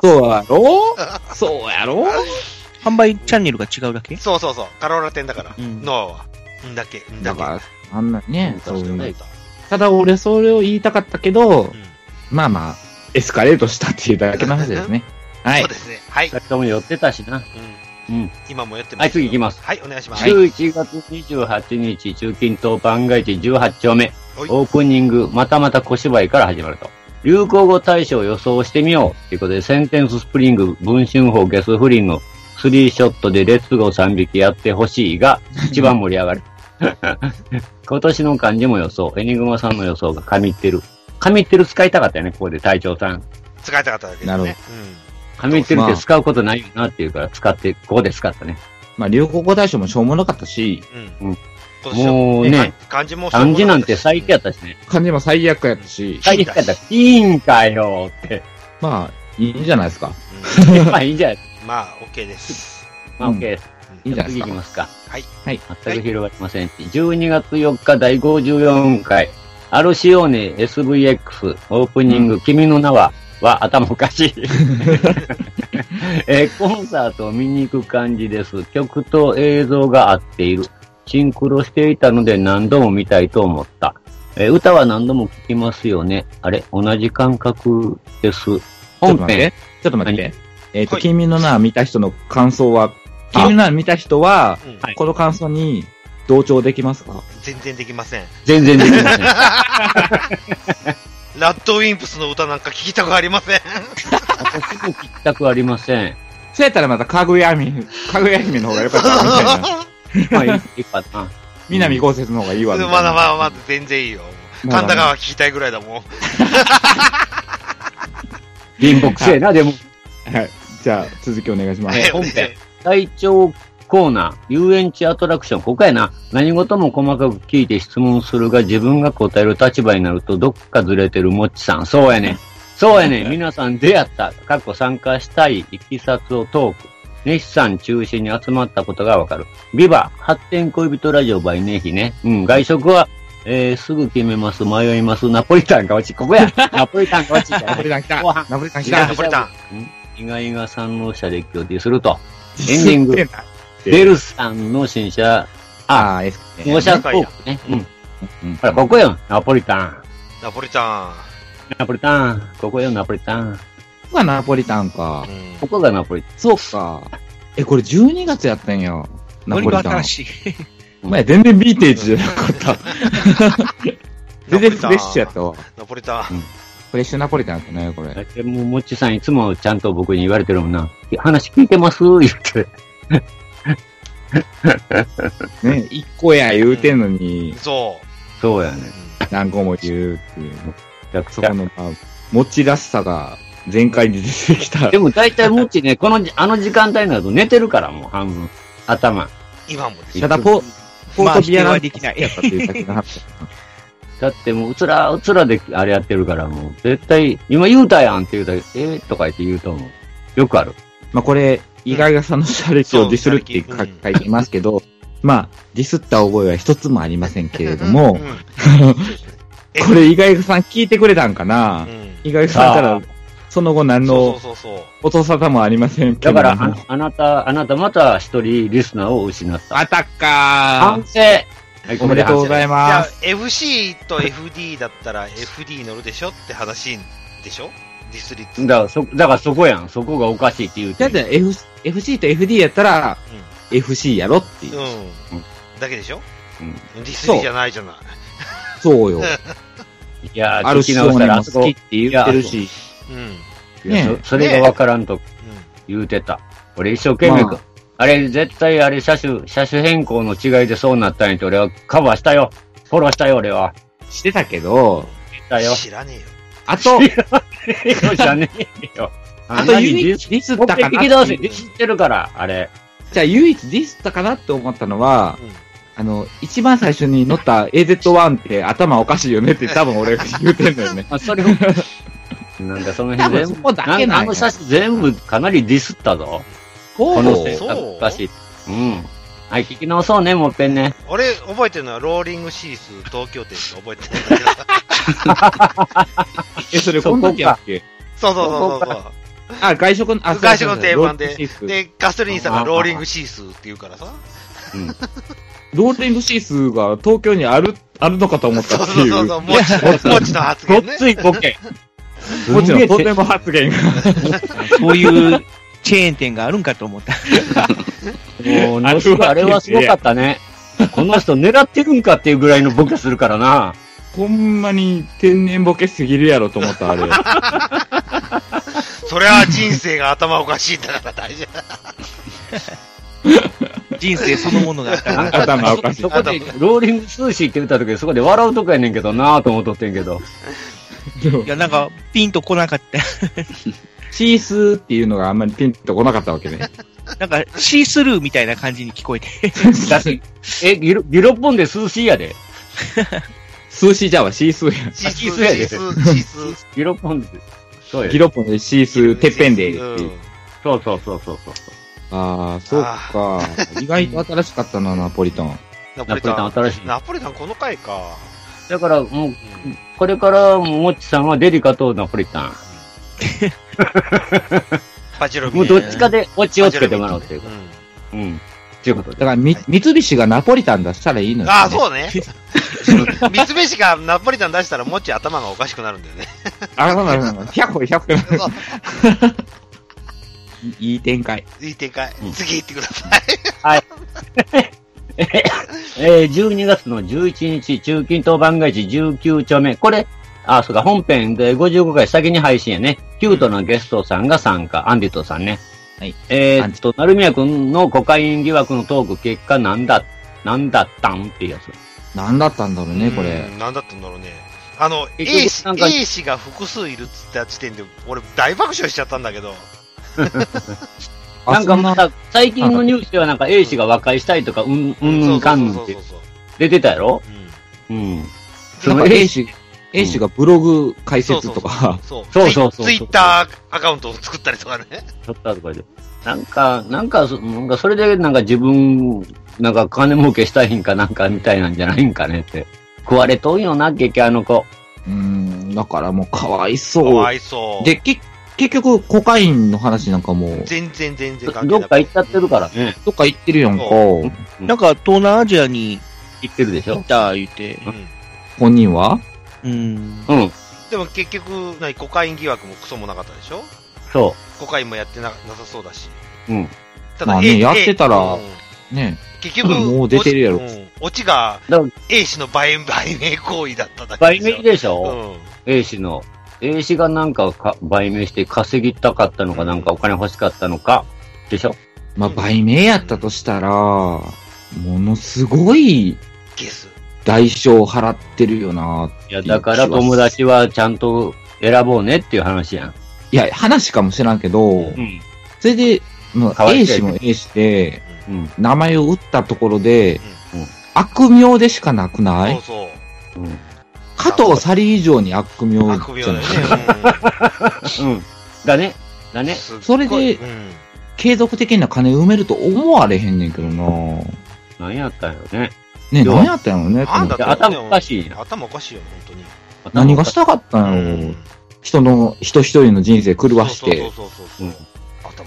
S8: そうや ろそうやろ
S11: 販売チャンネルが違うだけ
S7: そうそうそう、カローラ店だから、
S11: うん
S7: ノアは。んだけ、んだ
S8: だ
S7: け。
S8: から、あんなね、
S7: そ
S8: そうう
S7: し
S8: い
S7: て
S8: う
S7: もら
S8: の
S7: えた
S8: ただ俺それを言いたかったけ
S7: う、
S8: ど
S7: ん
S8: まあまあ、エスカレートしたっていうだけの話ですね。 はい。
S7: そうですね。はい。
S9: 二人とも寄ってたしな。うん。
S7: 今もやってます。
S9: はい、次行きます。
S7: はい、お願いします。
S9: 11月28日、中近東番外地18丁目
S7: はい、
S9: オープニング、またまた小芝居から始まると。流行語大賞を予想してみようということで、センテンススプリング、文春法、ゲス不倫のスリーショットでレッツゴー3匹やってほしい が、一番盛り上がる。 今年の漢字も予想、エニグマさんの予想が神ってる。神ってる使いたかったよね、ここで隊長さん。
S7: 使いたかっただけですね。
S8: なるほど
S9: 神ってるって使うことないよなっていうから、使って、ここで使ったね。
S8: まあ、流行語大賞もしょうもなかったし、
S7: うん。
S9: うん
S7: 今年は
S9: もうね、
S7: 漢字も
S9: 漢字なんて最低やったしね。
S8: 漢字も最悪やったし、
S9: 最低やった。いいんかよって。
S8: まあ、いいんじゃないですか。
S9: まあいいんじゃない。
S7: まあ、OK です。
S9: まあ
S8: うん
S9: OK です。
S8: いいんじゃない
S9: 次
S8: で
S9: 行
S8: す
S9: き
S8: か。
S9: ますか。
S7: はい。
S8: はい
S9: 全く広がりませんし。12月4日第54回、アルシオーネ SVX オープニング、君の名は、は頭おかしい、 えーコンサートを見に行く感じです。曲と映像が合っている。シンクロしていたので何度も見たいと思った。えー歌は何度も聴きますよね。あれ同じ感覚です。
S8: ちょっと
S9: 本
S8: 待っ
S9: 編
S8: て。ちょっと待って。えっ、と、
S7: はい
S8: 君の名を見た人の感想は、君の名を見た人は、
S7: うん
S9: はい
S8: この感想に同調できますか
S7: 全然できません。
S9: 全然できません。
S7: ラッドウィンプスの歌なんか聞きたくありません。
S9: 私も聞きたくありません。
S8: そうやったらまた、かぐやみ、かぐや姫の方が良かったみたい な。
S9: まあいいかな。
S8: 南こうせつの方がいいわ
S7: ま
S8: みた
S7: だ
S8: いな。
S7: まだまだ全然いいよ。
S8: まだ
S7: 神田川聞きたいぐらいだもん。
S9: 貧乏くせえな、でも。
S8: はい。じゃあ、続きお願いします。
S9: 本編。体調コーナー、遊園地アトラクション、ここやな。何事も細かく聞いて質問するが、自分が答える立場になると、どっかずれてるもっちさん。そうやね。そうやね。皆さん出会った、過去参加したい、いきさつをトーク。ネヒさん中心に集まったことがわかる。ビバ、発展恋人ラジオ by ネヒね。うん、外食は、えー、すぐ決めます、迷います、ナポリタンが落ち、ここやナポリタンが落ち。
S8: ナポリタン来た
S9: 後半
S8: ナポリタン来
S7: いやナ
S8: た
S7: ポリタン。
S9: 意外が三郎車で今日ディスると。エンディング
S8: 知ってんな
S9: ベルさんの新車、あ、
S8: ああ、え
S9: 納車トークね。うん。ほら、ここよ、ナポリタン。
S7: ナポリタ
S9: ナポリタン。ここよ、ナポリタン。
S8: ここがナポリタンか
S7: ン。う。ん
S9: ここがナポリタン。
S8: そうか。え、これ12月やったんや。ナ
S11: ノリ
S8: ポリ
S11: バ
S8: タン
S11: 新。しい。
S8: お前全然ビーテージじゃなかった。全然フレッシュやったわ。
S7: ナポリタン。
S8: フレッシュナポリタンやったね、これ。
S9: でも、もっちさんいつもちゃんと僕に言われてるもんな。話聞いてます言って。
S8: ね、一個や言うてんのに、
S7: そ
S9: そうや
S7: う。
S9: ね。
S8: 何個も言うっていう。
S9: めちゃく
S8: そ
S9: ちゃ
S8: この、まあ、持ちらしさが全開に出てきた
S9: で。も大体もっちね、このじ、あの時間帯になると寝てるから、もう半分。頭。
S7: 今もです
S8: ただ、ポ、ポートビア
S11: まあ否定は
S8: ラ
S11: できない
S8: やったっていうだけの話。
S9: だってもう、うつら、うつらであれやってるから、もう、絶対、今言うたやんって言うたら、えー、とか言って言うと思う。よくある。
S8: まあこれ、意外がさんの車歴をディスるって書
S7: そう
S8: 書いてますけど、まあ、ディスった覚えは一つもありませんけれど
S7: う
S8: も
S7: ん、え
S8: これ意外がさん聞いてくれたんかな
S7: うん
S8: 意外さんか
S9: あ
S8: ら
S9: ー、
S8: その後何
S7: そうそう
S8: の
S7: そうそう。
S8: 音沙汰もありませんけ
S9: だ
S8: れども。
S9: から、ああなた、あなたまた一人リスナーを失った。
S8: あたっ
S9: 反
S8: か
S9: 省はい、
S8: ーおめでとうござい
S7: じゃ
S8: ま
S7: あ
S8: す。、
S7: FC と FD だったら FD 乗るでしょって話でしょディスリッツ。
S9: だから、そ、だからそこやん。そこがおかしいって言う
S8: だ
S9: て
S8: って F- FC と FD やったら、FC やろっていうう。
S7: ん。うん。だけでしょ
S9: うん
S7: ディスリじゃないじゃない。
S8: そうよ。
S9: いやー、
S8: ある
S9: 聞き
S8: 人
S9: 直したら、
S8: も
S9: あ
S8: 好
S9: そ
S8: き
S9: こ
S8: っ、て言ってるし。
S7: うん。うん。
S9: いや
S8: ね
S9: そそれがわからんと言うてた。俺一生懸命、
S8: まあ
S9: あれ絶対あれ車種、車種変更の違いでそうなったんやって俺はカバーしたよ。フォローしたよ俺は。
S8: してたけど、
S9: したよ。
S7: 知らねえよ。
S8: あと、
S9: じゃねえよ。
S8: あと唯一ディスっ
S9: 目
S8: たかな
S9: 的同
S8: ってい
S9: 士
S8: う
S9: で知ってるから、あれ。
S8: じゃあ唯一ディスったかなって思ったのは、
S7: うん
S8: あの、一番最初に乗った AZ1 って頭おかしいよねって多分俺が言うてんだよね
S9: 。まあ、それを。なんかその
S8: 多分
S9: 辺全
S8: そ
S9: 部、
S8: こだけ
S9: な
S8: なん
S9: あ
S8: ん
S9: の
S8: や。
S9: 写真全部かなりディスったぞ。
S8: こ
S9: この
S7: せ
S9: 性
S7: い
S9: 格
S7: そう
S9: おかしい。うん。はい、聞き直そうね、もうぺん ね。
S7: 俺、覚えてるのは、ローリングシース東京店しか覚えてないんだけど。
S8: え、それこの時やっけ
S7: そうそうそうそう
S8: あ、外食の、あ、
S7: 外食の定番
S8: ローリングシー
S7: そ
S8: ス
S7: う。で、ガソリンさんがローリングシースって言うからさ。
S8: ローリングシースが東京にある、あるのかと思っ
S7: そ
S8: た
S7: う
S8: って
S7: そう
S8: い
S7: そう
S8: う
S7: そ。う、もち、もちの発
S9: ごっ
S7: 言ね。
S9: ついボケ。
S8: もちろん、とても発言が。
S11: そういうチェーン店があるんかと思った。
S9: もう、のしあれはすごかったね。この人狙ってるんかっていうぐらいのボケするからな。
S8: ほんまに天然ボケすぎるやろと 思った、あれ。
S7: それは人生が頭おかしいんだから大丈夫。
S11: 人生そのものが
S8: 頭おかしい
S9: そこで、ローリングスーシーって言った時、そこで笑うとこやねんけどなぁと思っとってんけど。
S11: いや、なんか、ピンと来なかった。
S8: シースーっていうのがあんまりピンとこなかったわけね。
S11: なんか、シースルーみたいな感じに聞こえて。
S9: だって、え、ギロ、ギロッポンでスーシーやで。
S8: スーシーじゃわ、シースーや。
S7: シース
S9: シースーやで
S7: シースシース。
S9: ギロッポンで。そうや
S8: ギ
S9: で。
S8: ロッポンでシースー、てっぺんでっていううん
S9: そうそうそうそうそう。
S8: ああ、そうか。意外と新しかったな、ナポリタン。
S7: ナポ
S9: ナ
S7: リ
S9: ポリ
S7: タ
S9: タ
S7: ン。
S9: ン新しい。
S7: ナポリタンこの回か。
S9: だから、もう、これから、もっちさんはデリカとナポリタン。
S7: パチロビ。
S9: もうどっちかでオチをつけてもらう
S7: パチ
S9: ってい
S7: ロ
S9: う
S7: ビ
S9: こ
S7: ん
S9: と。うん。っていうこと
S8: だか
S9: で。
S8: ら、み、三菱がナポリタン出したらいいのよ、
S7: ああ、そうね。三つ飯がナポリタン出したら、もっち頭がおかしくなるんだよね。
S8: あ、そうなの、そうなの。100個、100個。 いい展開。
S7: いい展開
S9: う。ん
S7: 次行ってくださ
S9: えー、12月の11日、中近東番外地19丁目。これ、あ、そうか、本編で55回先に配信やね。キュートのゲストさんが参加、アンディトさんね。
S8: はい。
S9: えーっと、成宮君のコカイン疑惑のトーク結果なんだ、なんだったんっていうやつ。
S8: なんだったんだろう
S7: い。
S8: ね、これ
S7: う。ん。なんだったんだろうね。あの、A
S9: 結局
S7: 氏、
S9: なんか
S7: A 氏が複数いるっつった時点で、俺大爆笑しちゃったんだけど。
S8: あ
S9: なんか
S8: そ
S9: まだ、最近のニュースではなんか A 氏が和解したいとか、うん、うん、うん、かんぬん
S7: そ
S9: っ
S7: うそう
S9: て
S7: そうそう。
S9: 出てたやろ
S7: うん
S9: うん。
S8: なんか A 氏、A 氏がブログ解説とか、
S7: そう
S9: そうそうそう
S7: ツイツイッターアカウントを作ったりとかね。
S9: ちょっと後からで。なんか、なんかそ、なんかそれでなんか自分、なんか金儲けしたいんかなんかみたいなんじゃないんかねって。食われとんよな、結局あの子。
S8: うん、だからもうかわい
S7: か
S8: そ
S7: わ
S8: う。
S7: いそう。
S8: で、け結局、コカインの話なんかもう、
S7: 全然全然関係
S9: ど
S7: な
S9: っ
S7: い
S9: か行っちゃってるからね。
S8: どっか行ってるやんか。
S11: なんか、東南アジアに
S9: 行ってるでし
S11: 行
S9: ょ
S11: っ。た言うて。
S7: うん
S8: 本人は
S11: うん。
S9: うん。
S7: でも結局、何、コカイン疑惑もクソもなかったでしょ
S9: そ
S7: コカインもやってななさそうだし。
S9: う。うん。
S7: た
S8: まあねやってたら
S7: うん
S8: ね
S7: 結局、
S8: もう出てるやろ
S7: オチうんオチが
S9: だから、
S7: A 氏の売売名行為だっただけ
S9: 売
S7: でしょ
S9: 名でし
S7: うん。
S9: ょ、?A 氏の。A 氏がなんかか売名して稼ぎたかったのか、なんかお金欲しかったのか。でしょ
S8: まあ、売名やったとしたら、ものすごい
S7: ゲス。
S8: 代償を払ってるよな。
S9: いや、だから友達はちゃんと選ぼうねっていう話やん。
S8: いや、話かもしらんけど、
S9: うん。
S8: それで、ま
S9: か
S8: あ、
S9: わい
S8: A
S9: い
S8: 氏も A 氏で、
S9: うん。
S8: 名前を打ったところで、
S9: うんうん
S8: 悪名でしかなく
S7: そ
S8: な
S7: う
S8: い
S7: そう。
S9: うん。
S8: 加藤サリー以上に悪名
S7: あくびを
S8: じゃ
S7: ね
S8: ない。。
S9: うん。だね。だね
S7: うん。すっごい
S8: それで
S7: うん
S8: 継続的な金埋めると思われへんねんけどな
S9: 何やったんやろね。
S8: ね、
S9: どう
S8: 何やったんやろね
S7: なんだ
S9: いや
S7: って
S9: 頭おかしいな
S7: 頭おかしいよ、本
S8: 何がしたかったんやろ、人の、人一人の人生
S7: 当に。
S8: 狂わして。
S7: そうそうそうそうそう。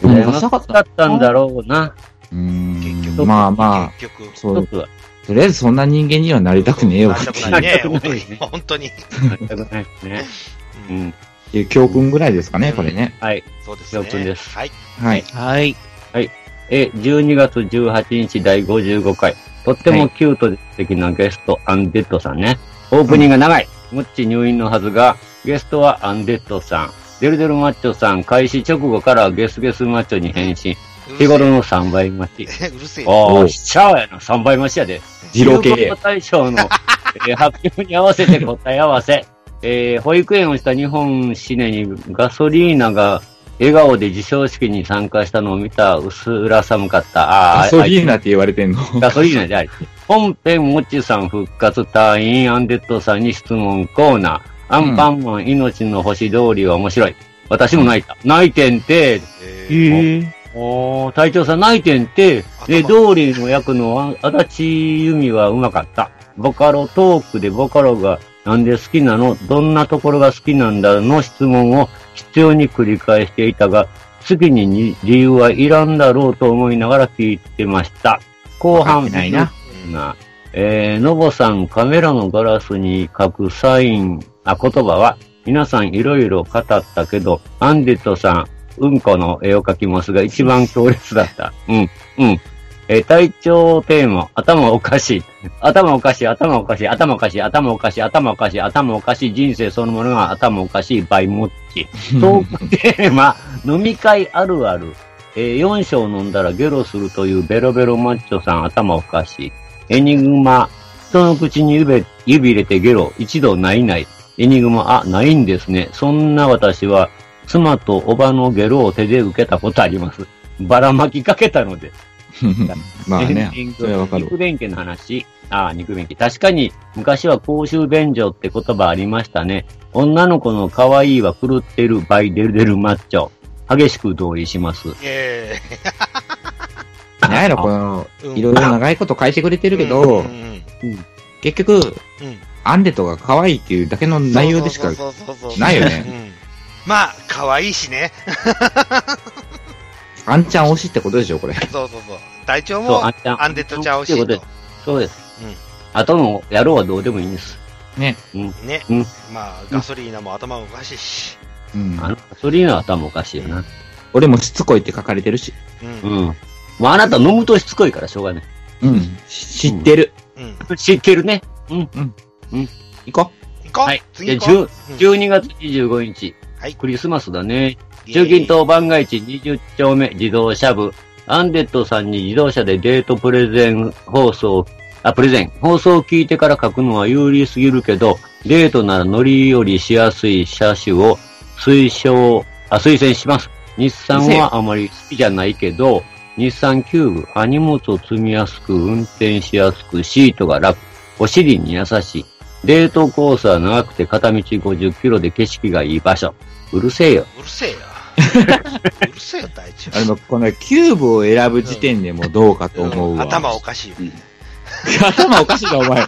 S7: 頭
S8: うん
S7: お
S9: 何
S7: か
S9: がしたかったんだろうな。
S8: うーん
S7: 結
S9: 局
S8: まあまあ、
S7: しい結局。
S8: そ
S9: 一
S8: う、
S9: つは。
S8: とりあえずそんな人間にはなりたくねえよ
S7: なり
S8: った
S7: く
S8: て
S7: ないね。
S9: なり
S7: 本
S9: たく
S7: 当
S9: ない
S7: に
S9: ね。
S7: 本当に。
S9: ね。 う
S7: うん
S9: ん。
S8: いう教訓ぐらいですかね、これね。
S9: はい。
S7: そうですね。
S9: 了解です
S7: はい。
S8: はい。
S11: はい。
S9: え、12月18日第55回。とってもキュートで素敵なゲスト、アンデッドさんね。オープニングが長い。ムッチ入院のはずが、ゲストはアンデッドさん。デルデルマッチョさん、開始直後からゲスゲスマッチョに変身。日頃の3倍増し。
S7: うるせえ。
S9: あ
S8: お
S9: あ、
S8: う
S9: しちゃうやな、3倍増しやで。
S8: 二郎系
S9: 流行語大賞のえー発表に合わせて答え合わせ。えー保育園をした日本シネにガソリーナが笑顔で授賞式に参加したのを見た薄ら寒かった。ああ
S8: ガソリー
S9: あ
S8: ナって言われてんの。
S9: いガソリーナじゃない。本編、もちさん復活隊員、アンデッドさんに質問コーナー。アンパンマン、命の星通りは面白い。私も泣いた。泣いてんて、
S7: え
S11: へ
S7: ー
S11: え。
S9: おー、隊長さん、泣いてんって、で、
S7: 頭
S9: ドーリーの役のあ足立由美はうまかった。ボカロトークでボカロがなんで好きなのどんなところが好きなんだの質問を必要に繰り返していたが、次にに理由はいらんだろうと思いながら聞いてました。後半、
S8: ないな。
S9: な、えー、のぼさん、カメラのガラスに書くサイン、あ、言葉は、皆さんいろいろ語ったけど、アンデットさん、うんこの絵を描きますが、一番強烈だった。うん、うん。えー体調テーマ、頭おかしい。頭おかしい、頭おかしい、頭おかしい、頭おかしい、頭おかしい、頭おかしい、人生そのものが頭おかしい、倍もっち。トークテーマ、飲み会あるある。えー、4章飲んだらゲロするというベロベロマッチョさん頭おかしい。エニグマ、人の口に指指入れてゲロ、一度ないない。エニグマ、あ、ないんですね。そんな私は、妻とおばのゲロを手で受けたことあります。ばらまきかけたので。
S8: まあ
S9: エ
S8: ね
S9: ンディン、グ
S8: それはわかる
S9: 肉。弁慶の話。ああ、肉弁慶。確かに、昔は公衆便所って言葉ありましたね。女の子の可愛いは狂ってるバイデルデルマッチョ。激しく同意します。
S7: え
S8: なんやろ、この、
S7: うん
S8: いろいろ長いこと返してくれてるけど、結局、
S7: え。うん。
S8: アンデとが可愛いっていうだけの内容でし
S7: そ
S8: か
S7: うそうそうそうそう
S8: ないよ
S7: う
S8: ね。
S7: ん。まあ、可愛いしね。
S8: アンちゃん推しってことでしょ、これ。
S7: そうそうそう。隊長
S9: そう
S7: も、
S9: あんちゃん
S7: アンデッドちゃんをしい
S9: って
S7: と
S9: こ。そうです。
S7: うん
S9: 後の野郎はどうでもいいんです。
S8: ね。
S9: うん。
S7: ね。
S9: うん
S7: まあ、ガソリーナも頭おかしいし。
S8: うん。
S9: あの、それの頭おかしいよな。
S8: 俺もしつこいって書かれてるし。
S7: う。
S9: うんん。まあ、あなた飲むとしつこいからしょうがない。
S8: うん。し知ってる。
S7: うん。
S9: 知ってるね。うん。
S8: 行こ
S7: 行こう、
S9: はい
S7: 次行
S9: じゃあ
S7: こう。うん
S9: 12月25日。
S7: はい
S9: クリスマスだね。中銀島番外地20丁目自動車部。アンデッドさんに自動車でデートプレゼン放送、あ、プレゼン。放送を聞いてから書くのは有利すぎるけど、デートなら乗りよりしやすい車種を推奨、あ、推薦します。日産はあまり好きじゃないけど、日産キューブ、あ荷物を積みやすく、運転しやすく、シートが楽、お尻に優しい。デートコースは長くて片道50キロで景色がいい場所。うるせえよ。
S7: うるせえよ。うるせえよ、隊長
S8: う。。あれも、このキューブを選ぶ時点でもうどうかと思うわ。
S7: 頭おかしいよ。
S8: 頭おかしいな、お 前。
S9: い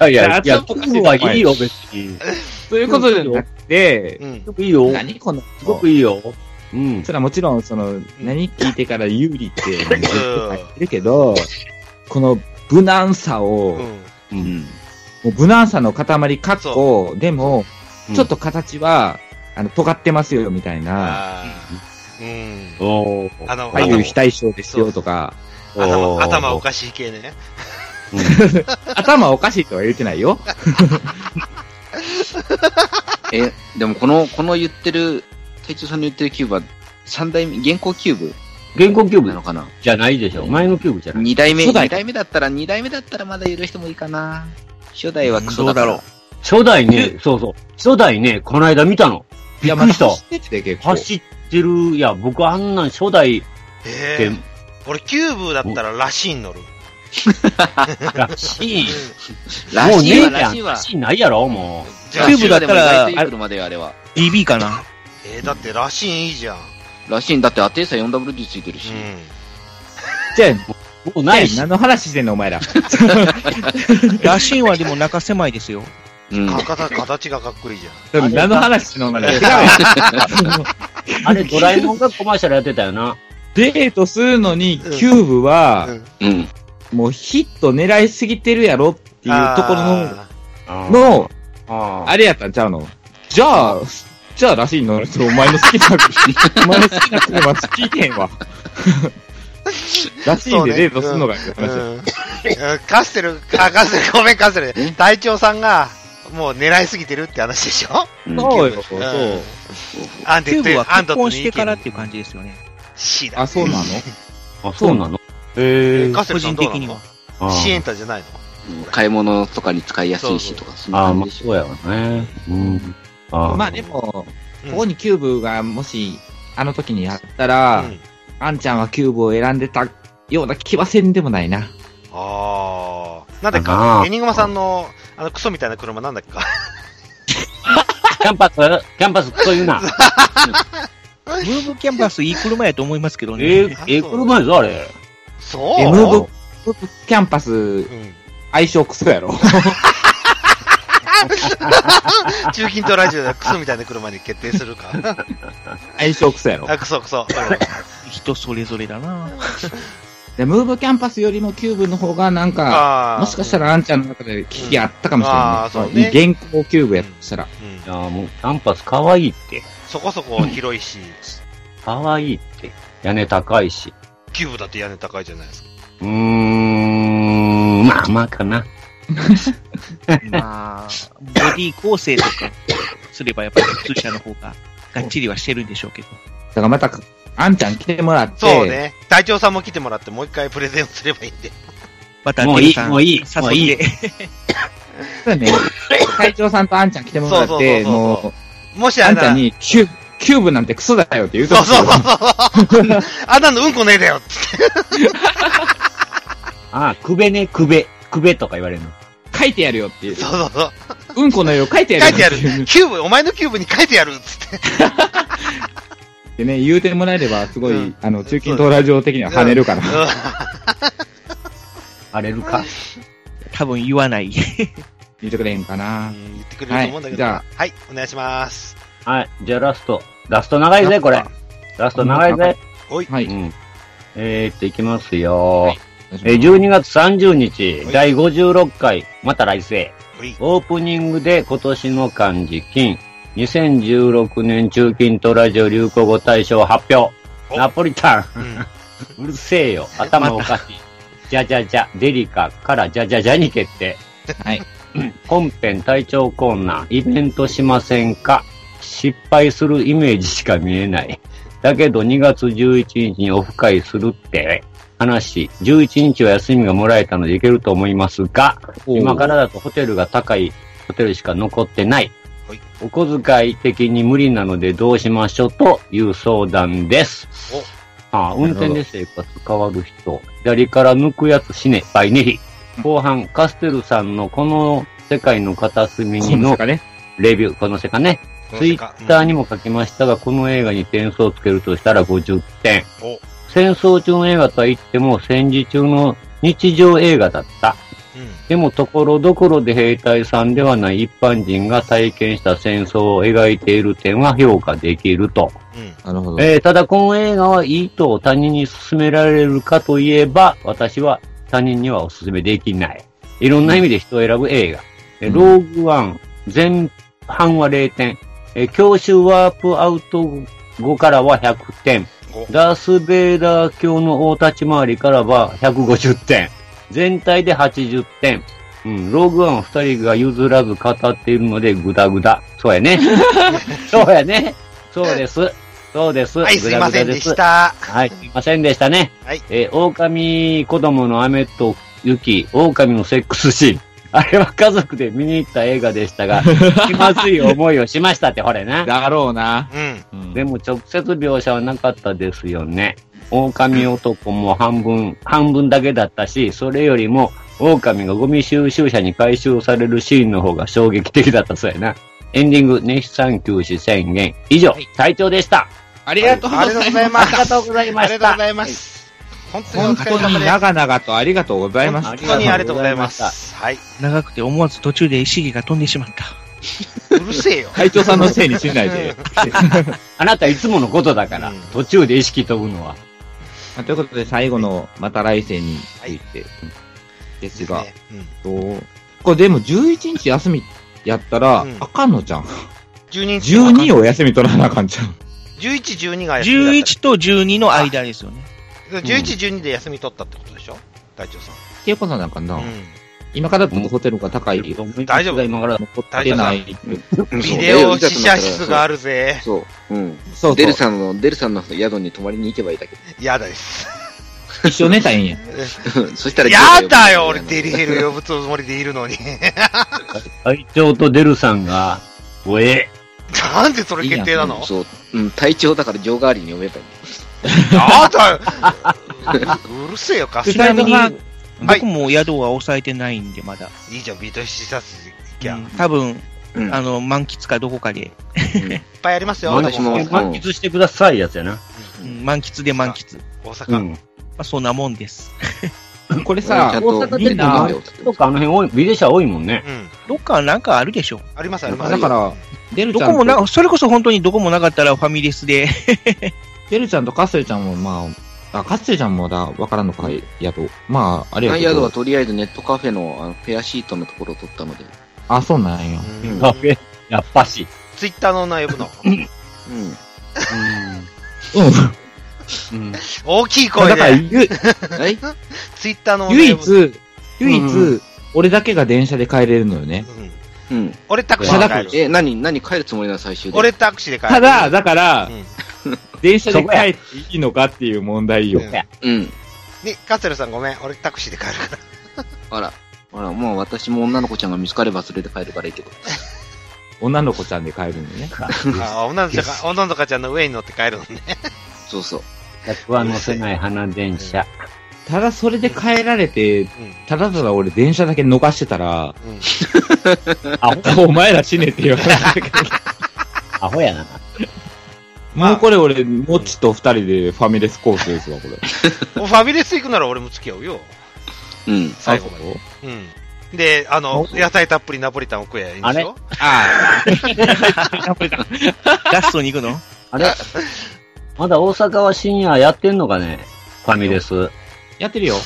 S9: やいや、いや、
S8: 頭お
S9: キ
S8: か
S9: ュ
S8: しい
S9: ーブはいいよ、別に。
S8: ということじゃなくて
S7: う、ん
S9: す。ごくいいよ。
S8: 何この、
S9: すごくいいよ。うん。
S8: それはもちろん、その、何聞いてから有利って言って書いてるけど、この無難さを、
S7: う
S8: も
S5: う
S7: ん。
S5: ん。
S8: う無難さの塊かっこ、でも
S9: う、ん
S8: ちょっと形は、あの、尖ってますよ、みたいな、
S7: ああ。うん。
S9: お
S7: あの
S8: ああい
S7: 頭
S8: う非対称ですよとか、
S7: 頭頭おかしい系ね。
S8: 頭おかしいとは言ってないよ。
S10: え、でもこの、この言ってる、隊長さんの言ってるキューブは、三代目、現行キュー
S9: 原稿キュー
S10: ブ
S9: ブ
S10: なのかな
S9: じゃないでしょ。前のキューブじゃない。
S10: 二代目、
S8: 初代
S10: 二代目だったら、二代目だったらまだ許してもいいかな。初代はクソだ
S11: うんどうだろ
S9: 初代ね、そうそう。初代ね、この間見たの。
S8: いや、
S9: びっくりした
S8: 走ってて結構。
S9: 走ってる。いや、僕あんなん初代っ
S7: え
S9: て
S7: え。俺、キューブだったらラシーに乗る。
S9: らしい。
S10: ら
S9: もう
S10: し
S9: ね
S10: い
S9: え
S10: わ、
S9: じゃ
S10: ら
S9: ん。
S10: しい
S9: ら
S10: わ。
S9: しいないやろ、も
S7: じゃあ
S11: キューブだったら
S10: ラシーはでもライトイーグルまでよあれは。
S11: DB かな
S7: えー、だってラシーンいいじゃん。
S10: らしいんだって、アテーサ 4W ついてるし。
S8: じゃあ
S9: う。もうない し。
S8: 何の話してんの、お前ら。
S11: 羅針はでも中狭いですよ。
S10: うん。
S7: うん。かた形がかっこいいじゃん。
S8: 何の話してんの、お前ら。違うよ
S9: あれ、ドラえもんがコマーシャルやってたよ な。
S8: デートするのに、キューブは、
S10: うん。
S8: もうヒット狙いすぎてるやろっていうところ
S7: あ
S8: の、の、
S9: あ
S8: あれやったんちゃうのじゃあ、じゃあらしいの、お前の好きな、 お前の好きな車聞いてへんわ。らしいんでデートするのがいい
S7: ー。
S8: 話。
S7: うんうん。カステル、あ、カステル、ごめん、カステル。隊長さんが、もう狙いすぎてるって話でしょ。
S10: うん
S8: そうよ、そううん
S7: アン
S11: キュ
S7: デ
S11: ーブは
S7: ッド、アン
S11: 結
S7: ドッド
S11: 婚
S7: に
S11: してからっていう感じですよね。
S7: シだ。
S8: あ、そうなの
S9: あ、そうなの
S7: え
S9: へ
S7: カステ
S11: 個
S7: ルさん
S11: 人
S7: どう
S11: 的
S7: な
S11: には
S7: の。シエンタじゃないの
S10: 買い物とかに使いやすいしとか、そんな
S9: ああ、
S10: 感
S9: ま
S10: じ
S9: あ、
S10: でしょ。
S9: そうやわね。うん。ああ。
S8: まあでも、こ
S7: うん
S8: こにキューブがもし、あの時にやったら、
S7: うん
S8: あんちゃんはキューブを選んでたような気はせんでもないな。
S7: ああ。なんだっけ
S9: かな
S7: エニグマさんの、あの、クソみたいな車なんだっ けか。
S9: キャンパス、キャンパス、そういうな。
S11: ムーブキャンバスいい車やと思いますけど
S9: ええ
S11: ね。、
S9: ええ車やぞ、あれ。
S7: そう
S8: えムー
S7: う
S8: ブキャンパス、
S7: ん。
S8: 相性クソやろ。
S7: 中近東ラジオではクソみたいな車に決定するか。
S8: 相性クソやろ。
S7: あ、クソクソ。
S11: 人それぞれだな。
S8: で、ムーブキャンパスよりもキューブの方がなんか、
S7: あ
S8: もしかした
S7: ら。
S8: らあんちゃんの中で危機あったかもしれ
S7: うんあーそう
S8: ない。
S7: ね
S8: 現行キューブやとしたら。
S7: うん。
S9: いやもう、キャンパス可愛いって。
S7: そこそこ広いし、
S9: 可愛いって。屋根高いし。
S7: キューブだって屋根高いじゃないですか。
S9: うーん、まあまあかな。
S11: まあ、ボディ構成とかすればやっぱり普通車の方ががっちりはしてるんでしょうけど。
S8: だからまた、あんちゃん来てもらって、
S7: そうね。隊長さんも来てもらって、もう一回プレゼンをすればいいんで。
S11: また、
S9: もうい
S11: デブ
S9: い
S11: さん
S9: もういいもういい
S11: 誘って。
S8: そうね、会長さんとあんちゃん来てもらっ
S7: そうそうそう
S8: て、
S7: そう
S8: も
S7: もし
S8: う、あ
S7: あ
S8: んちゃ、
S7: なん
S8: にキュ、キューブなんてクソだよって言うと
S7: そう
S8: ほしい
S7: そ
S8: よ
S7: うそうそう。あんなのうんこねえだよって
S9: ああ、くべね、くべ。くべとか言われるの。
S8: 書いてやるよっていう。
S7: そうそうそう。
S8: うんこの色書いてやる
S7: 書
S8: よ
S7: いてやる
S8: っていう。
S7: キューブ、お前のキューブに書いてやるっつって。
S8: でね、言うてもらえれば、すご
S7: う
S8: い、
S7: ん
S8: あの、中近東ラジオ的には跳ねるから。
S9: あれるか
S11: 多分言わない。
S8: 言ってくれへんかな
S7: うん。言ってくれると思うんだけど。
S8: はい
S7: は
S8: じゃ
S7: い、お願いします。
S9: はい、じゃあラスト。ラスト長いぜ、これ。ラスト長いぜ。
S8: は
S9: う
S8: い。
S9: ん。えー、っと、いきますよ。えー
S8: じ
S9: 12月30日、
S7: はい
S9: 第56回、また来世。
S7: ほい
S9: オープニングで今年の漢字金、2016年中近東ラジオ流行語大賞発表。
S7: お
S9: ナポリタ
S7: うん
S9: ン、 うるせえよ、頭おかしい。じゃじゃじゃ、デリカからじゃじゃじゃに決定。
S8: はい。
S9: 本編体調コーナー、イベントしませんか失敗するイメージしか見えない。だけど2月11日にオフ会するって話、11日は休みがもらえたので行けると思いますが、
S8: おう
S9: 今からだとホテルが高いホテルしか残ってない
S7: はい。
S9: お小遣い的に無理なのでどうしましょうという相談です。ああ運転で生活変わる人、左から抜くやつ死ね、バイネヒ。後半、カステルさんのこの世界の片隅にの
S8: かね。
S9: レビュー、この世界ね。
S7: この
S9: ツイ
S7: 世界
S9: ッターにも書きましたが、この映画に点数をつけるとしたら50点。
S7: お
S9: 戦争中の映画とは言っても、戦時中の日常映画だった。
S7: うん
S9: でも、ところどころで兵隊さんではない一般人が体験した戦争を描いている点は評価できると。
S7: うん。
S8: なるほど。
S9: えーただ、この映画はいいと他人に勧められるかといえば、私は他人にはお勧めできない。いろんな意味で人を選ぶ映画。えー
S8: うん
S9: ローグワン、前半は0点。えー教習ワープアウト後からは100点。
S7: お
S9: ダース・ベイダー教の大立ち回りからは150点。全体で80点。うん、ローグワンを二人が譲らず語っているので、グダグダ。そう やね。そうやね。そうです。そうです。
S7: はい、すいませんでした。
S9: はい、すいませんでしたね。
S7: はい。
S9: えー狼子供の雨と雪、狼のセックスシーン。あれは家族で見に行った映画 でしたが、気まずい思いをしましたって、ほれな。
S8: だろうな。
S7: うん。
S8: うん
S9: でも直接描写はなかったですよね。狼男も半分、半分だけだったし、それよりも、狼がゴミ収集車に回収されるシーンの方が衝撃的だったそうやな。エンディング、熱産休止宣言。以上、隊長でした。
S8: ありがとうご
S7: ありがとうございま
S9: あり
S7: す。
S9: がとうございま
S7: あ
S9: し
S7: り
S9: た
S7: がとうございます。本当にお
S8: 本
S7: 疲れ
S8: 当
S7: 様
S8: に
S7: です。
S8: 長々とありがとうございます。
S7: 本当にありがとうございます。はい。
S11: 長くて思わず途中で石毛が飛んでしまった。
S7: うるせえよ。
S8: 会長さんのせいにしないで。
S9: あなたいつものことだから、
S7: うん
S9: 途中で意識飛ぶのは。
S8: まあということで、最後のまた来世について、ですが、
S7: ねうん
S8: とこれでも11日休みやったら、
S7: うん
S8: あかんのじゃん。
S7: 12
S8: 12
S7: を。
S8: を休み取らなあかんじゃん。
S7: 11、12が休みだった
S11: 11と12の間ですよね。
S7: 11、12で休み取ったってことでしょ隊長さん。
S8: っていうことなんかな。
S7: う
S8: 今からだとホテルが高い、
S7: 大丈夫
S9: 今から。
S8: 残ってない。
S7: ん。ビデオ試写室があるぜ。
S10: そう。うん。
S8: そうそう
S10: デルさんの、デルさんの宿に泊まりに行けばいいだけ。
S7: やだです。
S8: 一緒寝たいんや。
S10: そしたら、
S7: やだよ、俺、デリヘル呼ぶつもりでいるのに。
S9: 隊長とデルさんが、おえ、
S7: なんでそれ決定なの
S10: そう。うん、体調だから情代わりに呼べばいい。
S7: やだよ。うるせえよ、か
S11: ちなみに、
S7: はい
S11: 僕も宿は抑えてないんで、まだ。
S7: いいじゃん、ビート視察行きゃ。
S11: う
S7: いっ
S11: ん多分、
S10: うん
S11: あの、満喫かどこかで、
S7: ぱいありますよ、
S10: うん私も
S7: 大
S9: 満喫してくださいやつやな。
S11: うん満喫で満喫。ま
S9: う
S7: 阪。
S9: ん。
S11: あ、そんなもんです。
S8: これ
S10: ち
S8: さ
S10: ゃん、と
S9: 大阪
S10: みんな飲
S8: みん
S10: んでよ
S9: とかあの辺多い、ビデシャ多いもんね。
S7: うん。
S11: どっかなんかあるでしょ。
S7: あります、あります。
S8: だから、デル
S11: ど
S8: ちゃ
S11: こも
S8: ん
S11: な
S8: と、、
S11: それこそ本当にどこもなかったらファミレスで、
S8: デルちゃんとカステルちゃんも、まあ、あ、カステルちゃんもだ、わからんのかい、宿。まあ、あれや
S10: あ
S8: け
S10: 宿は
S8: ど。
S10: とりあえずネットカフェのあのペアシートのところを取ったので。
S8: あ、そうなんや。
S7: うん
S9: カフェ、やっぱし。
S7: ツイッターの内部の。うん。
S9: うん。
S7: 大きい声で。
S8: だから ゆ
S7: ツイッターの
S8: 唯
S7: 内部の。
S8: 一、唯一、俺だけが電車で帰れるのよね。
S10: うん。
S7: 俺タクシーで帰る。
S10: え、何、何帰るつもりなの最終で。
S7: 俺タクシーで帰る。
S8: ただ、だから、電車で
S9: そこ
S8: 帰
S9: や
S8: っていいのかっていう問題よ。
S10: うん。
S7: ね、カセルさんごめん、俺タクシーで帰るから。
S10: あら。あら、もう私も女の子ちゃんが見つかればそれで帰るからいいけど。
S8: 女の子ちゃんで帰るのね。
S7: ああ、女の子ちゃん、女の子ちゃんの上に乗って帰るのね。
S10: そうそう。
S9: 客は乗せない花電車。
S8: ただ、それで帰られて、
S7: う
S8: ただただ俺電車だけ逃してた ら、
S7: ん。うん。
S8: あ、お前ら死ねって言われたけど。
S9: アホ やな。
S7: まあ
S8: もうこれ俺、もっちと二人でファミレスコースですわ、これ。
S7: おファミレス行くなら俺も付き合うよ。
S10: うん。
S7: 最後まで。うん。で、あの、野菜たっぷりナポリタンを食えばいいんでしょ
S11: ガストに行くの
S9: あれまだ大阪は深夜やってんのかねファミレス。
S8: やってるよ。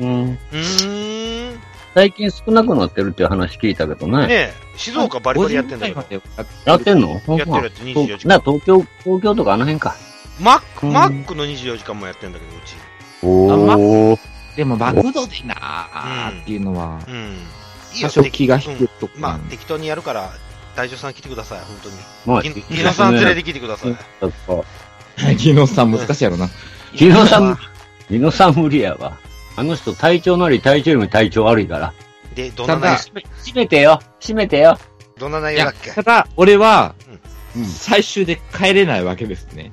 S9: うん。
S7: うーん。ね
S9: 最近少なくなってるっていう話聞いたけどね。
S7: え、静岡バリバリやってんだけど。
S8: 5時ぐらいまで
S9: やってんのほん
S7: やって
S9: ま
S7: るやって24時間。
S9: な、東京、東京とかあの辺か。
S7: マック、
S9: うん
S7: マックの24時間もやってんだけど、うち。
S9: おー。
S8: でも、マクドでなーっていうのは、
S7: うん。いい
S8: 多少気が引くと
S7: うんまあ
S8: か、。
S7: 適当にやるから、大将さん来てください、本当に。
S9: まあ、
S7: き木野さん連れてきてください。
S9: そっか
S8: 技能さん難しいやろな。
S9: 木野さん、木野さん無理やわ。あの人体調なり体調よりも体調悪いから。
S7: で、どんな
S8: ただ
S7: 内
S9: 閉め閉めてよ閉めてよ
S7: 容、どんな内
S8: い
S7: 容だ
S8: や
S7: っけ
S8: ただ、俺は、最終で帰れないわけですね。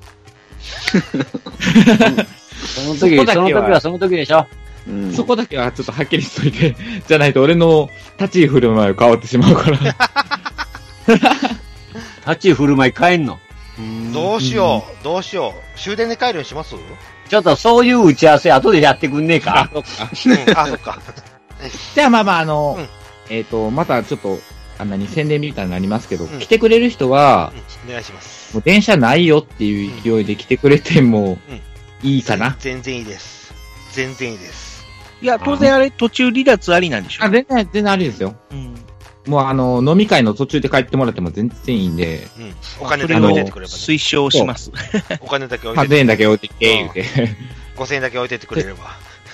S9: その
S8: そ
S9: 時、
S8: こ
S9: そ
S8: だけは
S9: の時はその時でしょ
S10: うん。
S8: そこだけはちょっとはっきりしといて、 じゃないと俺の立ち居振る舞いを変わってしまう から。
S9: 立ち居振る舞い変えんの。
S7: どうしよう、どうしよう。終電で帰るようにします、
S9: ちょっとそういう打ち合わせ後でやってくんねえ
S8: あ
S9: か、
S8: そっか。
S7: うん、あ、そっか。
S8: じゃあまあまあ、あの、
S7: うん
S8: えっ、と、またちょっと、あんなに宣伝みたいになりますけど、
S7: うん
S8: 来てくれる人は、
S7: うん、お願いします。
S8: もう電車ないよっていう勢いで来てくれても
S7: うん、
S8: いいかな。
S7: 全然いいです。全然いいです。
S11: いや、当然あれ途中離脱ありなんでしょ
S8: あ、全然、全然ありですよ。
S11: うん。
S8: もうあの、飲み会の途中で帰ってもらっても全然いいんで、
S7: うん。お金
S11: そ
S7: だ
S11: れ
S7: け
S11: を
S7: 置いて
S8: あの
S7: ってくればね。
S11: 推奨します。
S7: お金だけ置い
S8: 100
S7: て、
S8: 円だけ置いてけ、言うて。
S7: 5000円だけ置いてってくれれば。
S8: うん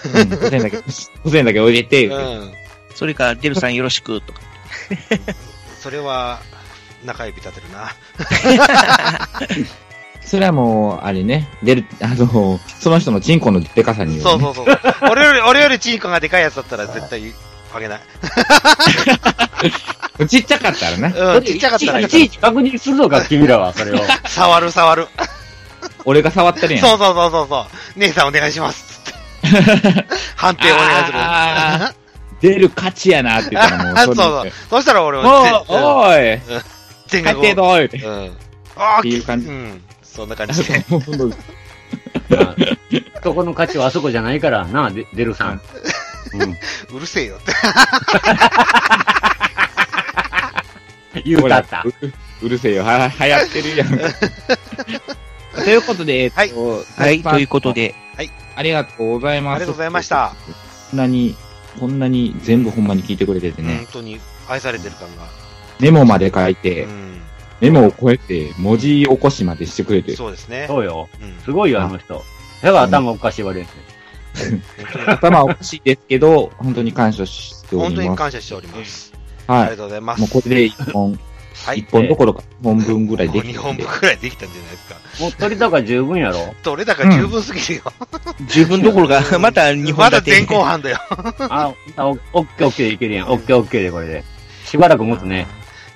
S8: 5000円だけ、5000円だけ 置いて
S7: う
S8: て、言うて。
S7: ん。
S11: それから、デルさんよろしくとか。
S7: それは、中指立てるな。
S8: それはもう、あれね、出る、あの、その人のチンコのでかさによるね
S7: そうそうそう。俺より、俺よりチンコがでかいやつだったら絶対あげない。
S8: ちっちゃかったらね、
S7: うん、ちっちゃかっ
S9: い
S7: たらいい
S9: ちいち確認するのか、君らは、それを。
S7: 触る触る。
S8: 俺が触ってるやん。
S7: そうそうそうそうそう。姉さんお願いします。つって判定お願いする。
S8: あ出る価値やなって言ったらもう
S7: あ
S8: れ
S7: そうそう。そしたら俺
S8: もう
S7: は、
S8: おーい
S7: 全
S8: 帰
S7: 額
S8: って
S7: を。
S8: ど うって。
S7: うん。ああ、
S8: っていう 感じ
S7: うん。そんな感 じで。
S9: そこの価値はあそこじゃないからな、デデルさん。うん。
S7: うるせえよって。
S9: 言うたった。
S8: うるせえ よ。は、流行ってるやんか。ということで、えっと
S7: はい
S11: はい、ということ。で。
S8: ありがとうございます。
S7: ありがとうございまし。た。
S8: こんなに、こんなに全部ほんまに聞いてくれててね。
S7: 本当に愛されてる感が。
S8: メモまで書いうて、
S7: ん。
S8: メモを超えて、文字起こしまでしてくれて、
S7: そうですね。
S9: そうよ。
S7: うん。
S9: すごいよ、あの人。やっぱ頭おかしい悪いね。
S8: 頭おかしいですけど、本当に感謝してお
S7: 本
S8: り
S7: 当に
S8: ます。
S7: 感謝しております。あり
S8: は
S7: がとうございま
S8: い。もう
S7: す。
S8: これで一本、
S7: はい
S8: 一本どころか一本分ぐらいでき
S7: 日
S8: て
S7: 本分くらいできたんじゃないですか。
S9: もう鳥とか十分やろ。
S7: どれだか十分すぎるよ。
S11: 十分どころか、また日
S7: ま
S11: 本
S7: だ
S11: だ
S7: 前
S11: て。
S7: 後半だよ。
S9: あ、あおオッケーオッケーでいけるやん。オッケーオッケーでこれで。しばらく持つね。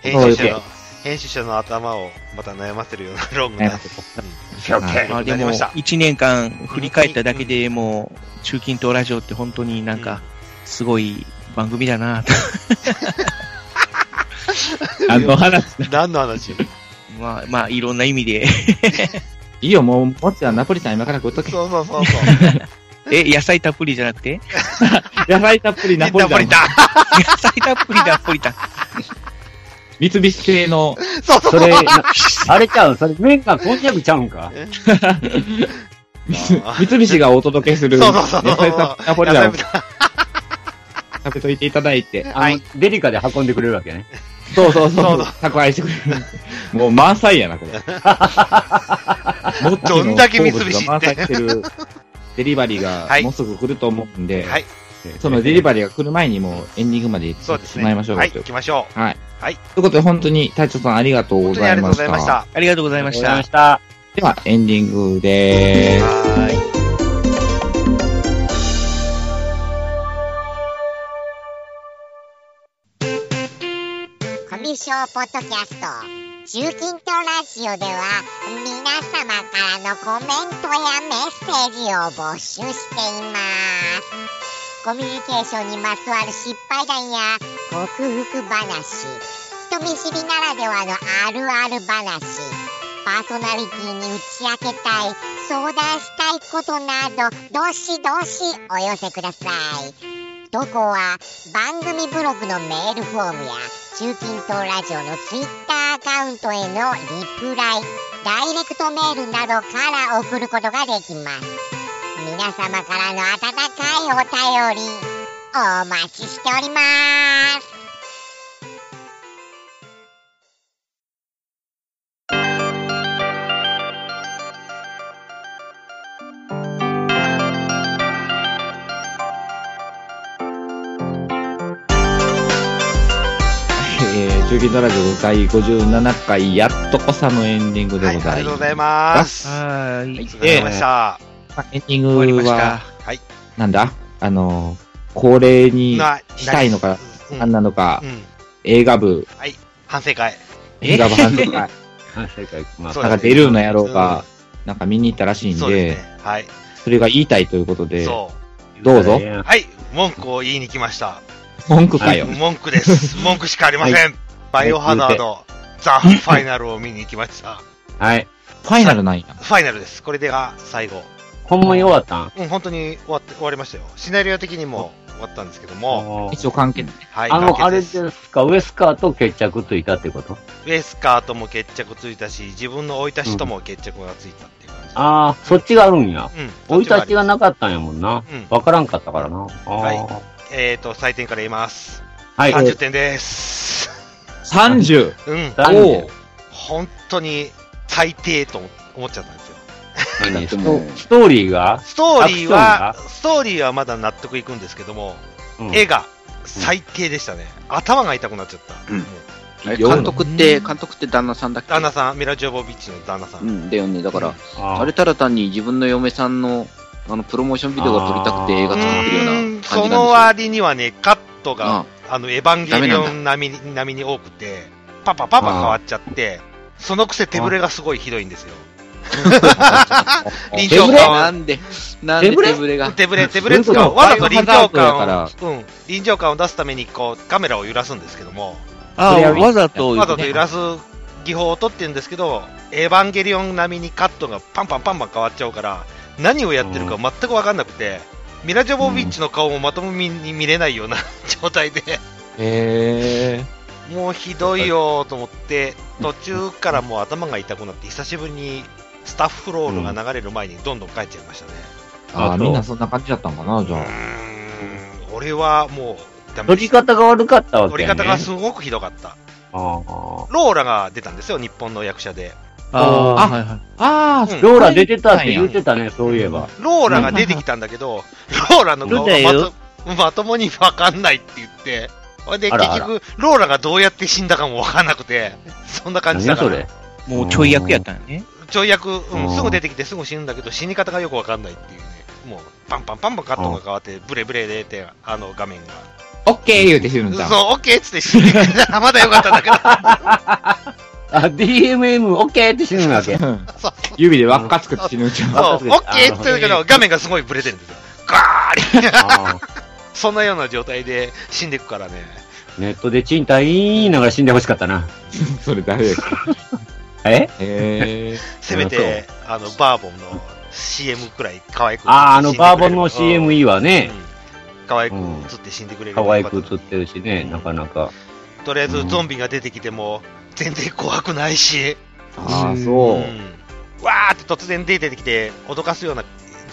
S7: 編集者の、編集者の頭をまた悩ませるような論が。
S8: 悩
S7: う
S8: ま
S7: ん
S8: せ
S11: まあで
S7: やり
S11: も
S7: ました、
S11: 一年間振り返っただけでもう、中近東ラジオって本当になんか、すごい番組だなと。
S8: あの話、
S7: 何の話
S11: まあ、まあ、いろんな意味で。
S8: いいよ、もう、もっちはナポリタン今から食っとけ。
S7: そうそうそうそう。
S11: え、野菜たっぷりじゃなくて
S8: 野菜たっぷりナポリ
S7: ナポ
S8: タ
S7: リ
S8: ン。
S7: タン。
S11: 野菜たっぷりナポリタン。
S8: 三菱系の、
S7: そうそう
S9: そ
S7: そう
S9: れ、。なあれちゃうそれ麺がこんにゃくちゃうんか
S7: あ
S8: 三菱がお届けする
S7: そ
S8: 野
S7: うそうそう。
S8: 菜たっぷりナポリタンを
S7: 野菜
S8: 食べといていただいて、
S9: あの、デリカで運んでくれるわけね。
S8: そうそうそうそう。宅配してくれる。もう満載やな、これ。もっ
S7: どんだけ三菱
S8: 満
S7: って
S8: 載してるデリバリーがもうすぐ来ると思うんで、
S7: はい
S8: そのデリバリーが来る前にもうエンディングまで行
S7: そう
S8: っ
S7: で
S8: て
S7: す
S8: し
S7: ね。
S8: まいましょうか
S7: はい、
S8: と
S7: 行
S8: いう
S7: きましょう。
S8: はい。
S7: はい。
S8: ということで、本当に隊長さんありがとうご
S7: 本当にあ
S8: ざい
S7: りがとう
S8: ま
S7: ご
S8: し
S7: ざいましたた。。
S12: ありがとうございました。
S9: した。
S8: では、エンディングでーす。
S10: コミュ障ポッドキャスト中近東ラジオでは皆様からのコメントやメッセージを募集していますコミュニケーションにまつわる失敗談や克服話人見知りならではのあるある話パーソナリティに打ち明けたい相談したいことなどどしどしお寄せください投稿は番組ブログのメールフォームや中近東ラジオのツイッターアカウントへのリプライダイレクトメールなどから送ることができます皆様からの温かいお便りお待ちしております
S8: えー、中金ドラジオ第57回、やっとこさのエンディングでございます。
S7: ありがとうございます。
S12: はーい。
S7: お疲れ様でした。
S8: まあエンディン
S12: 終わりま
S8: グ
S12: した
S8: は、
S7: はい。
S8: なんだあのー、恒例にしたいのか、
S7: うん
S8: あんなのか、
S7: うん
S8: 映画部、
S7: はい。反省会。
S8: 映画部反省会、
S9: 反省会。ま
S8: なん
S7: そうですね
S8: か出るような野郎が、なんか見に行ったらしいん
S7: そうで
S8: で、
S7: すね。はい。
S8: それが言いたいということで、
S7: そ
S8: どうぞ、
S7: う。はい。文句を言いに来ました。
S8: 文句かよ。
S7: 文句です。文句しかありません。
S8: は
S7: バイオハザード、ザ・ファイナルを見に行きました。
S9: はい。
S8: ファイナルなんや。
S7: ファイナルです。これでが最後。
S9: ほんまに終わったん
S7: うん、本当に終わって終わりましたよ。シナリオ的にも終わったんですけども、
S8: 一応関係
S7: はい、
S9: あ
S7: 完
S9: の、あ
S7: 結
S9: れ
S7: で
S9: ですすか、ウエスカーと決着ついたってこと
S7: ウェスカーとも決着ついたし、自分の生い立ちとも決着がついたっていう感じ。
S9: ああ、そっちがあるんや。
S7: うん
S9: 追い立ちがなかったんやもんな
S7: うん。
S9: わからんかったからな。
S7: は
S9: あ
S7: い。えっ、と、採点から言います。
S9: はい
S7: 30点です。
S8: 30!
S7: うん。
S8: おう
S7: 本当に最低と思っちゃったんですよ。
S9: あ、何ストストーリーが
S7: ストーリー
S9: ア
S7: は
S9: ク、
S7: ストーリーはまだ納得いくんですけども、
S9: うん
S7: 絵が最低でしたね。頭が痛くなっちゃった。
S4: うん
S7: もう
S4: 監督って、監督って旦那さんだっけ
S7: 旦那さん、ミラ・ジョボビッチの旦那さん。
S4: うん、だよね。だから、
S9: あー
S4: あれたら単に自分の嫁さんの、あの、プロモーションビデオが撮りたくて映画作ってるような感じなん
S7: そ
S4: で
S7: の
S4: すよ。
S7: 割にはね、カットが、あの、エヴァンゲリオン並みに並みに多くて、パパパパ変わっちゃって、そのくせ手ぶれがすごいひどいん ですよ。臨場感
S4: な
S7: は
S4: んで、なんで手ぶれが。
S7: 手ぶれ、手ぶれっつうか、わざと臨場感を、うん、臨場感を出すために、こう、カメラを揺らすんですけども、
S12: あーわざと、
S7: わざと揺らす技法を取ってるんですけど、エヴァンゲリオン並みにカットがパンパンパンパン変わっちゃうから、何をやってるか全くわかんなくて、ミラ・ジョボビッチの顔もまともに見れないような 状態で、
S8: へえ。
S7: もうひどいよーと思って、途中からもう頭が痛くなって、久しぶりにスタッフロールが流れる前にどんどん帰っちゃいましたね。
S8: あ
S9: あ
S8: あ、
S9: と
S8: みんなそんな感じだったんかな、じゃあ。
S7: 俺はもうダメ
S9: 取
S7: で
S9: り
S7: した、
S9: 方が悪かったわけ
S7: 取り
S9: やね。
S7: 方がすごくひどかった。
S9: ああ。
S7: ローラが出たんですよ、日本の役者で。
S12: あ
S8: あ
S12: ー、はいはい。
S8: ああ、
S9: ローラ出てたって言ってたね、そういえば。
S7: ローラが出てきたんだけど、ローラの顔がまとまともに分かんないって言って、ほいで、
S9: あ
S7: 結
S9: らあら
S7: 局、ローラがどうやって死んだかも分かんなくて、そんな感
S9: 何
S7: じだ
S9: や
S7: か
S9: そ
S7: ら
S9: れ。。
S12: もうちょい役やったんやね。
S7: ちょい役、う
S9: うん
S7: ん、すぐ出てきてすぐ死ぬんだけど、死に方がよく分かんないっていうね。もう、パンパンパンパンカットが変わって、ブレブレでって、あの画面が。
S8: オッケー言うて死ぬんだ。
S7: そう、オッケーっつって死んでくれたらまだよかったんだけど。
S9: あ、DMM、オッケー って死 ぬわけ。
S8: うん指で輪っか作って死ぬんじゃん。
S7: そう、オ
S9: そうです
S7: ッケーっつって言うけ
S9: あ
S7: ど、
S9: の
S7: 画面がすごいブレてるんですよ。ガーリ
S9: あ
S7: そんなような状態で死んでいくからね。
S9: ーネットで賃貸言いながら死んでほしかったな。
S8: それ誰やっ
S9: え
S8: けへえ。
S7: せめて、あの、バーボンの CM くらい可愛く。
S9: ああ、あのバーボンの CM いいわ
S7: ね
S9: ね。。
S7: 可愛く
S9: うん
S7: 映って死んでくれる。
S9: 可愛く映ってるしね、なかなか。
S7: とりあえずゾンビが出てきても、全然怖くないし、
S8: ああ、
S7: う。
S8: そうん
S7: わーって突然出てきて、脅かすような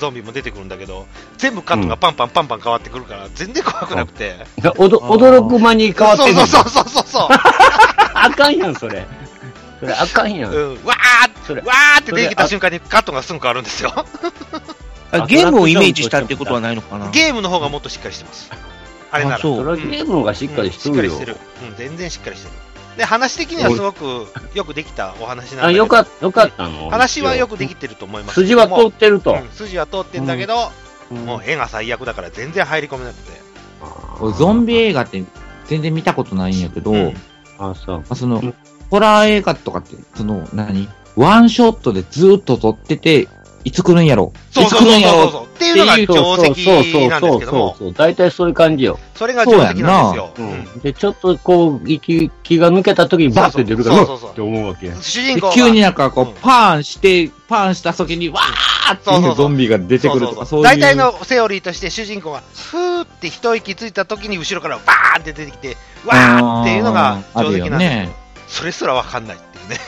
S7: ゾンビも出てくるんだけど、全部カットがパンパンパンパン変わってくるから、全然怖くなくて。
S9: おど驚く間に変わって
S7: そ
S9: る
S7: う。そうそうそうそう。
S9: あかんやん、それ。それあかんやん。
S7: うん、わ
S9: それ
S7: ーわーって出てきた瞬間にカットがすぐ変わるんですよ。
S11: あゲームをイメージしたってことはないのかな
S7: ゲームの方がもっとしっかりしてます。あれなら。
S11: そう
S9: それはゲームの方がしっかりして
S7: しっか
S9: る
S7: り
S9: よ
S7: して。る。うん、全然しっかりしてる。で、話的にはすごくよくできたお話なん
S9: あ、
S7: だけ
S9: よ
S7: ど、
S9: かった、よかったの。
S7: 話はよくできてると思いますけ
S9: 筋
S7: ど
S9: は
S7: も。
S9: 通ってると。
S7: うん筋は通ってんだけど、もう絵が最悪だから全然入り込めなくて。
S8: 俺ゾンビ映画って全然見たことないんやけど、
S9: あ、そう。
S8: まあ、その、ホラー映画とかって、その、何ワンショットでずっと撮ってて、いつ来るんやろ
S7: そうそうそう
S8: いつ来るんや
S7: そうそう
S8: ろ
S7: っていうのが定石なんですけども
S9: そうそうそうそうそうそう大体そういう感じよ。
S7: それが定石なんですよ。
S9: そうやんなで、ちょっとこう、息気が抜けた時にバーって出るから、
S7: そうそうそう
S9: って思うわけや。
S7: 主
S8: で
S7: 人公が
S8: 急になんかこう、パーンして、パーンした時に、わーって
S7: そうそう
S8: い
S7: そう
S8: うゾンビが出てくるとか、そういう。
S7: 大体のセオリーとして主人公がふーって一息ついた時に後ろからバーンって出てきてわーっていうのが
S8: あ
S7: 定石なん
S8: ーある
S7: で
S8: よ
S7: すけ
S8: ね
S7: どそれすらわかんないっていうね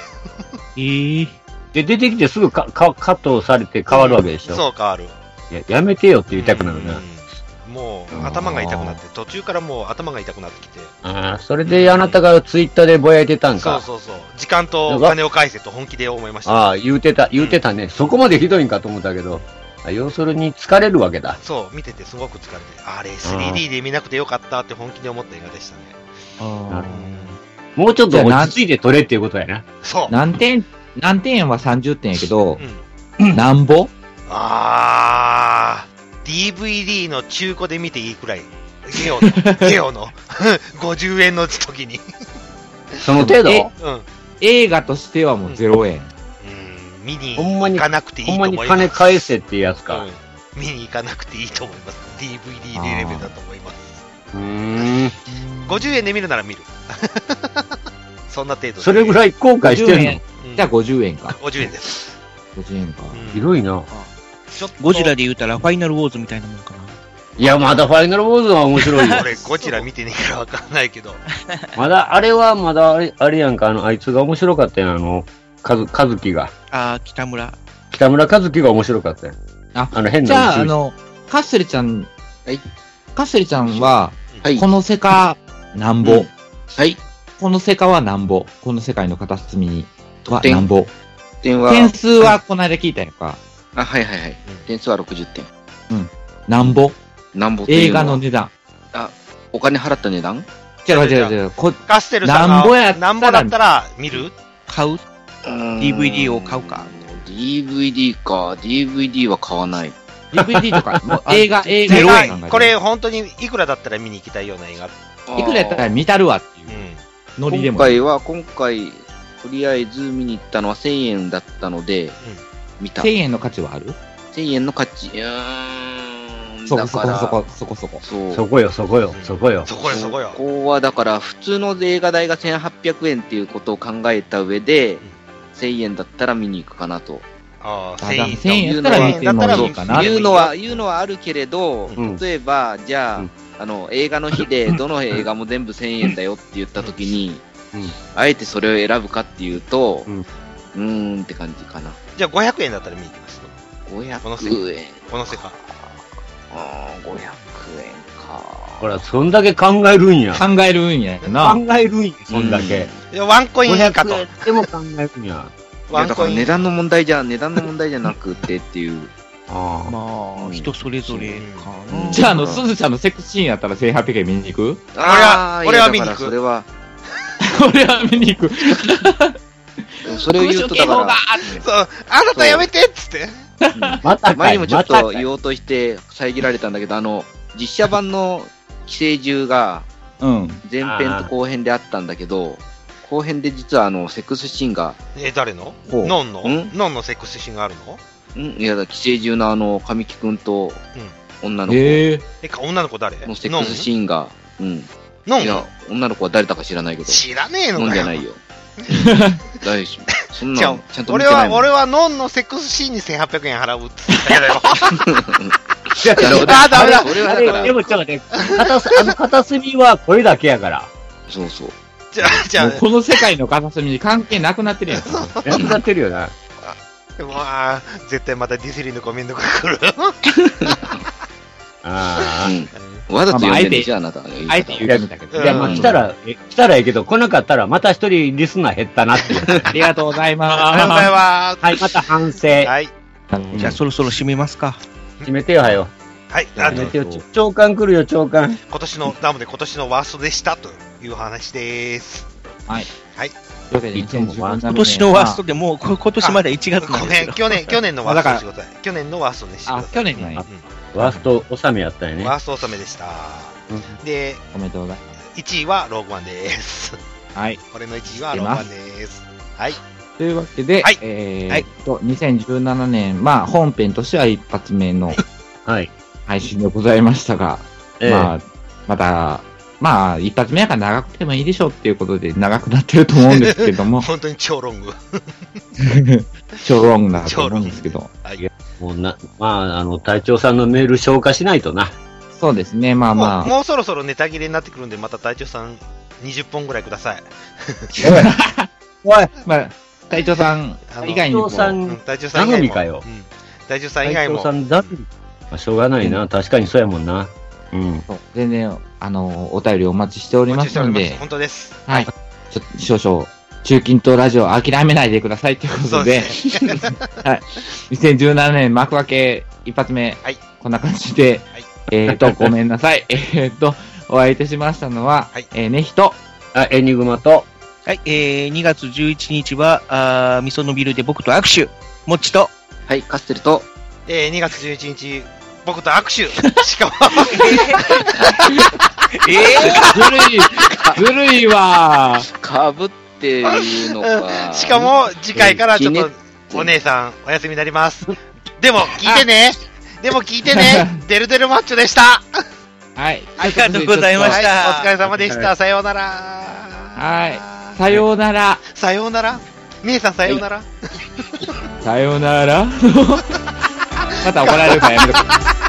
S9: で、出てきてすぐかかカットされて変わるわけでしょ。
S7: そう変わる
S9: ややめてよって言いたくなるな。
S7: もう頭が痛くなって途中からもう頭が痛くなってきて
S9: ああ、それであなたがツイッターでぼやいてたん
S7: そ
S9: か。
S7: うそうそう時間とお金を返せと本気で思いました
S9: ああ、言うてた、言うてたね。そこまでひどいんかと思ったけど、あ要するに疲れるわけだ。
S7: そう見ててすごく疲れてあれ 3D で見なくてよかったって本気で思った映画でしたね
S9: なるほど。もうちょっと落ち着いて撮れっていうことやな。
S7: そう
S8: 何点、何点は30点やけど、なんぼ
S7: あー、DVD の中古で見ていいくらい。ゲオ の、ゲオの、50円の時に。
S9: その程度
S8: え
S7: うん。
S8: 映画としてはもう0円。
S7: 見に
S9: ほんまに、
S7: 行かなくていいと
S9: ほんま
S7: 思い
S9: に
S7: ます。
S9: 金返せってやつか。
S7: 見に行かなくていいと思います。DVD でレベルだと思います。
S9: うーん。
S7: 50円で見るなら見 る。そんな程度で
S9: それぐらい後悔して
S8: 50
S9: る
S8: 円じゃあ50円か。
S7: 50円です。
S8: 50円か。
S9: の。ひどいな。
S7: ちょっと
S11: ゴジラで言うたらファイナルウォーズみたいなもんかな。
S9: いや、まだファイナルボーズは面白い よ。
S7: 俺、ゴジラ見てねえからわかんないけど。
S9: まだ、あれはまだあれ、あれやんか、あの、あいつが面白かったやん、あの、かず、かずきが。
S11: ああ、北村。
S9: 北村和樹が面白かったやん。
S8: あ
S9: あの、変な
S8: じゃあ、
S9: 宇宙
S8: あ
S9: 人
S8: の、カッセルちゃん、
S10: はい。
S8: カッセルちゃんは、
S10: はい
S8: この世界、なん
S10: う
S8: ぼ
S10: ん。はい。
S8: この世界はなんぼ。この世界の片隅には
S10: 得点
S8: なんぼ。
S10: 点は。
S8: 点数はこの間聞いたやんか。
S10: あ、はいはいはい。点数は60点。
S8: なんぼ。
S10: なんぼってい
S8: 映
S10: うは
S8: 画の値段。
S10: あ、お金払った値段
S8: 違う違う違う。こ
S7: カステルさんが、
S8: なんぼやったら
S7: なんぼだったら見る
S11: 買う ?DVD を買うか。
S10: DVD か。DVD は買わない。
S8: DVD とか、もう映画、映画
S7: で
S8: 映
S7: か
S8: 画
S7: い
S8: 考えて
S7: これ本当にいくらだったら見に行きたいような映画。
S8: いくらやったら見たるわっていうノリで
S10: 今
S8: も。
S10: 回は、今回、とりあえず見に行ったのは1000円だったので、見た。
S8: 1000円の価値はある
S10: 1000円の価値。うーん。
S8: そこ
S10: だ
S8: そ
S10: か
S8: こ
S10: ら
S8: そこそこそこ。
S10: そう。
S9: そこよ、そこよ、そこよ。
S7: そこよそこよ。
S10: ここはだから普通の映画代が1800円っていうことを考えた上で、1000円だったら見に行くかなと。
S7: ああ、
S8: あだから
S7: 1000
S8: 1000
S7: 円。
S8: 円やったら見てもいいかな。
S10: 言うのは、言うのはあるけれど、
S9: うん
S10: 例えば、じゃあ、あの、映画の日で、どの映画も全部1000円だよって言った時に、
S9: うん
S10: あえてそれを選ぶかっていうと、
S9: うん
S10: うーんって感じかな。
S7: じゃあ500円だったら見に行きます。この
S10: 500円
S7: 世。この世界。
S10: あー500円か。
S9: ほら、そんだけ考えるんや。
S8: 考えるんやな。
S9: 考えるんや、そんだけ。
S7: いやワンコイン以下と
S9: 500。円でも考えるんや。
S10: いや
S7: ワン
S10: だ
S7: コ
S10: から
S7: イン
S10: 値段の問題じゃ、値段の問題じゃなくてっていう。
S9: ああ。
S11: まあ、人それぞれか
S10: うん
S8: じゃあ、あの、すずちゃんのセクシーンやったら1800円見に行く
S10: あー
S7: 俺はい俺は
S10: や
S7: 見に行
S10: だ
S7: く
S10: からそれは、
S8: 俺は見に行く。
S10: それを言うとだから、
S7: そう、あなたやめてっつって。
S9: な。またか
S10: 前に
S9: い、
S10: もちょ
S9: ま
S10: ったと
S9: かい
S10: 言。おうとして遮られたんだけど、あの、実写版の寄生獣が
S8: うん。
S10: 前編と後編であったんだけど、後編で実はあの、セックスシーンが、
S7: え、誰の
S10: ほう
S7: ノンの
S10: ん
S7: ノンのセックスシーンがあるの
S10: んいやだ、寄生獣のあの、神木くんと女の子
S8: ええ。
S7: え、か女の子誰
S10: のセックスシーンが、うん。
S7: ノン
S10: いや、女の子は誰だか知らないけど、
S7: 知らねえの
S10: 飲ん
S7: か
S10: じ
S7: よ
S10: ゃな いよ。大丈夫。そん
S7: じ
S10: な
S7: ゃあ
S10: のちゃんと見
S7: 俺
S10: てない
S7: は、
S10: もん。
S7: 俺はノンのセックスシーンに1800円払うっつ ってたけど。
S10: いや俺
S7: あーダメだ
S10: 俺は
S9: あ
S10: だ
S9: れ
S10: から
S9: で、もちょっと待って、片すあの片隅はこれだけやから。
S10: そうそう。
S7: じゃあ、じゃ
S8: も
S7: あ
S8: う、この世界の片隅に関係なくなってるやん。そ
S9: やっちゃってるよな。
S7: まあ、絶対またディスリーのコメントが来る。
S9: ああ
S10: う。んわざと
S9: ま
S10: 読
S9: あ
S10: ん
S9: まああ
S10: でる
S9: えて
S10: んでしょ、あなたの言い方。あえて
S8: 言うんだけ
S9: いや、まあ、来たら、え来たらええけど、来なかったら、また一人リスナー減ったなっていう。
S8: ありがとうございます。
S9: ありがとうござい。
S7: ます。
S9: はい、また反省。はいじゃあ、
S11: そろそろ締めますか。
S9: 締めてよ、はよ。
S7: はい、
S9: あと、長官来るよ、長官。
S7: 今年の、なので今年のワーストでしたという話です。
S8: はい。
S7: はい。
S11: 今年のワーストでもう、こ今年まで1月
S7: ごめ ん、去年、去年のワーストにしてください。去年のワーストにしてください。
S8: 去年ね。
S9: ワースト納めやったよね。
S7: ワースト納めでした。で、
S8: おめでとうございま
S7: 1位はローグワンです。
S8: す。はい。
S7: 俺の1位はローグワンです。はい。
S8: というわけで、えーっと、2017年、まあ、本編としては一発目の配信でございましたが、
S9: ええ
S8: まあ、また、まあ、一発目やから長くてもいいでしょうっていうことで長くなってると思うんですけども、
S7: 本当に超ロング。
S8: 超ロングだと思うんですけど、
S9: もうな、まあ、あの、隊長さんのメール消化しないとな。
S8: そうですね、まあまあ、
S7: もうそろそろネタ切れになってくるんで、また隊長さん20本ぐらいください。
S8: おい、まあ、隊長さん以外にも、
S7: うん隊長さん以外も。うん隊長さん以外も。
S9: 隊長さんだまあ、しょうがないな。確かにそうやもんな。うん。
S8: 全然、あの、お便りお待ちしておりますので、
S7: 本当です。
S8: はい。ちょっと少々、中近東ラジオ諦めないでくださいということで、はい。2017年幕開け一発目、こんな感じで、えっと、ごめんなさい。 えっと、お会いいたしましたのは、えー、ねひと、
S9: エニグマと、
S11: はい、えー、2月11日は、あーみそのビルで僕と握手、もっちと。
S10: はい、カステルと。
S7: えー、2月11日、僕と握手。 しかも。
S11: え
S8: ずるい、ずるいわ
S10: かぶってるのか。
S7: しかも、次回からちょっと、お姉さん、お休みにな ります。でも、聞いてね。でも、聞いてね。デルデルマッチョでした。
S8: はい。
S11: ありがとうございました
S7: はいお疲れ様でした。さようなら。
S8: はい。さようなら。
S7: さようなら。姉さん、さようなら。
S8: さようなら。また怒られるからやめとこう。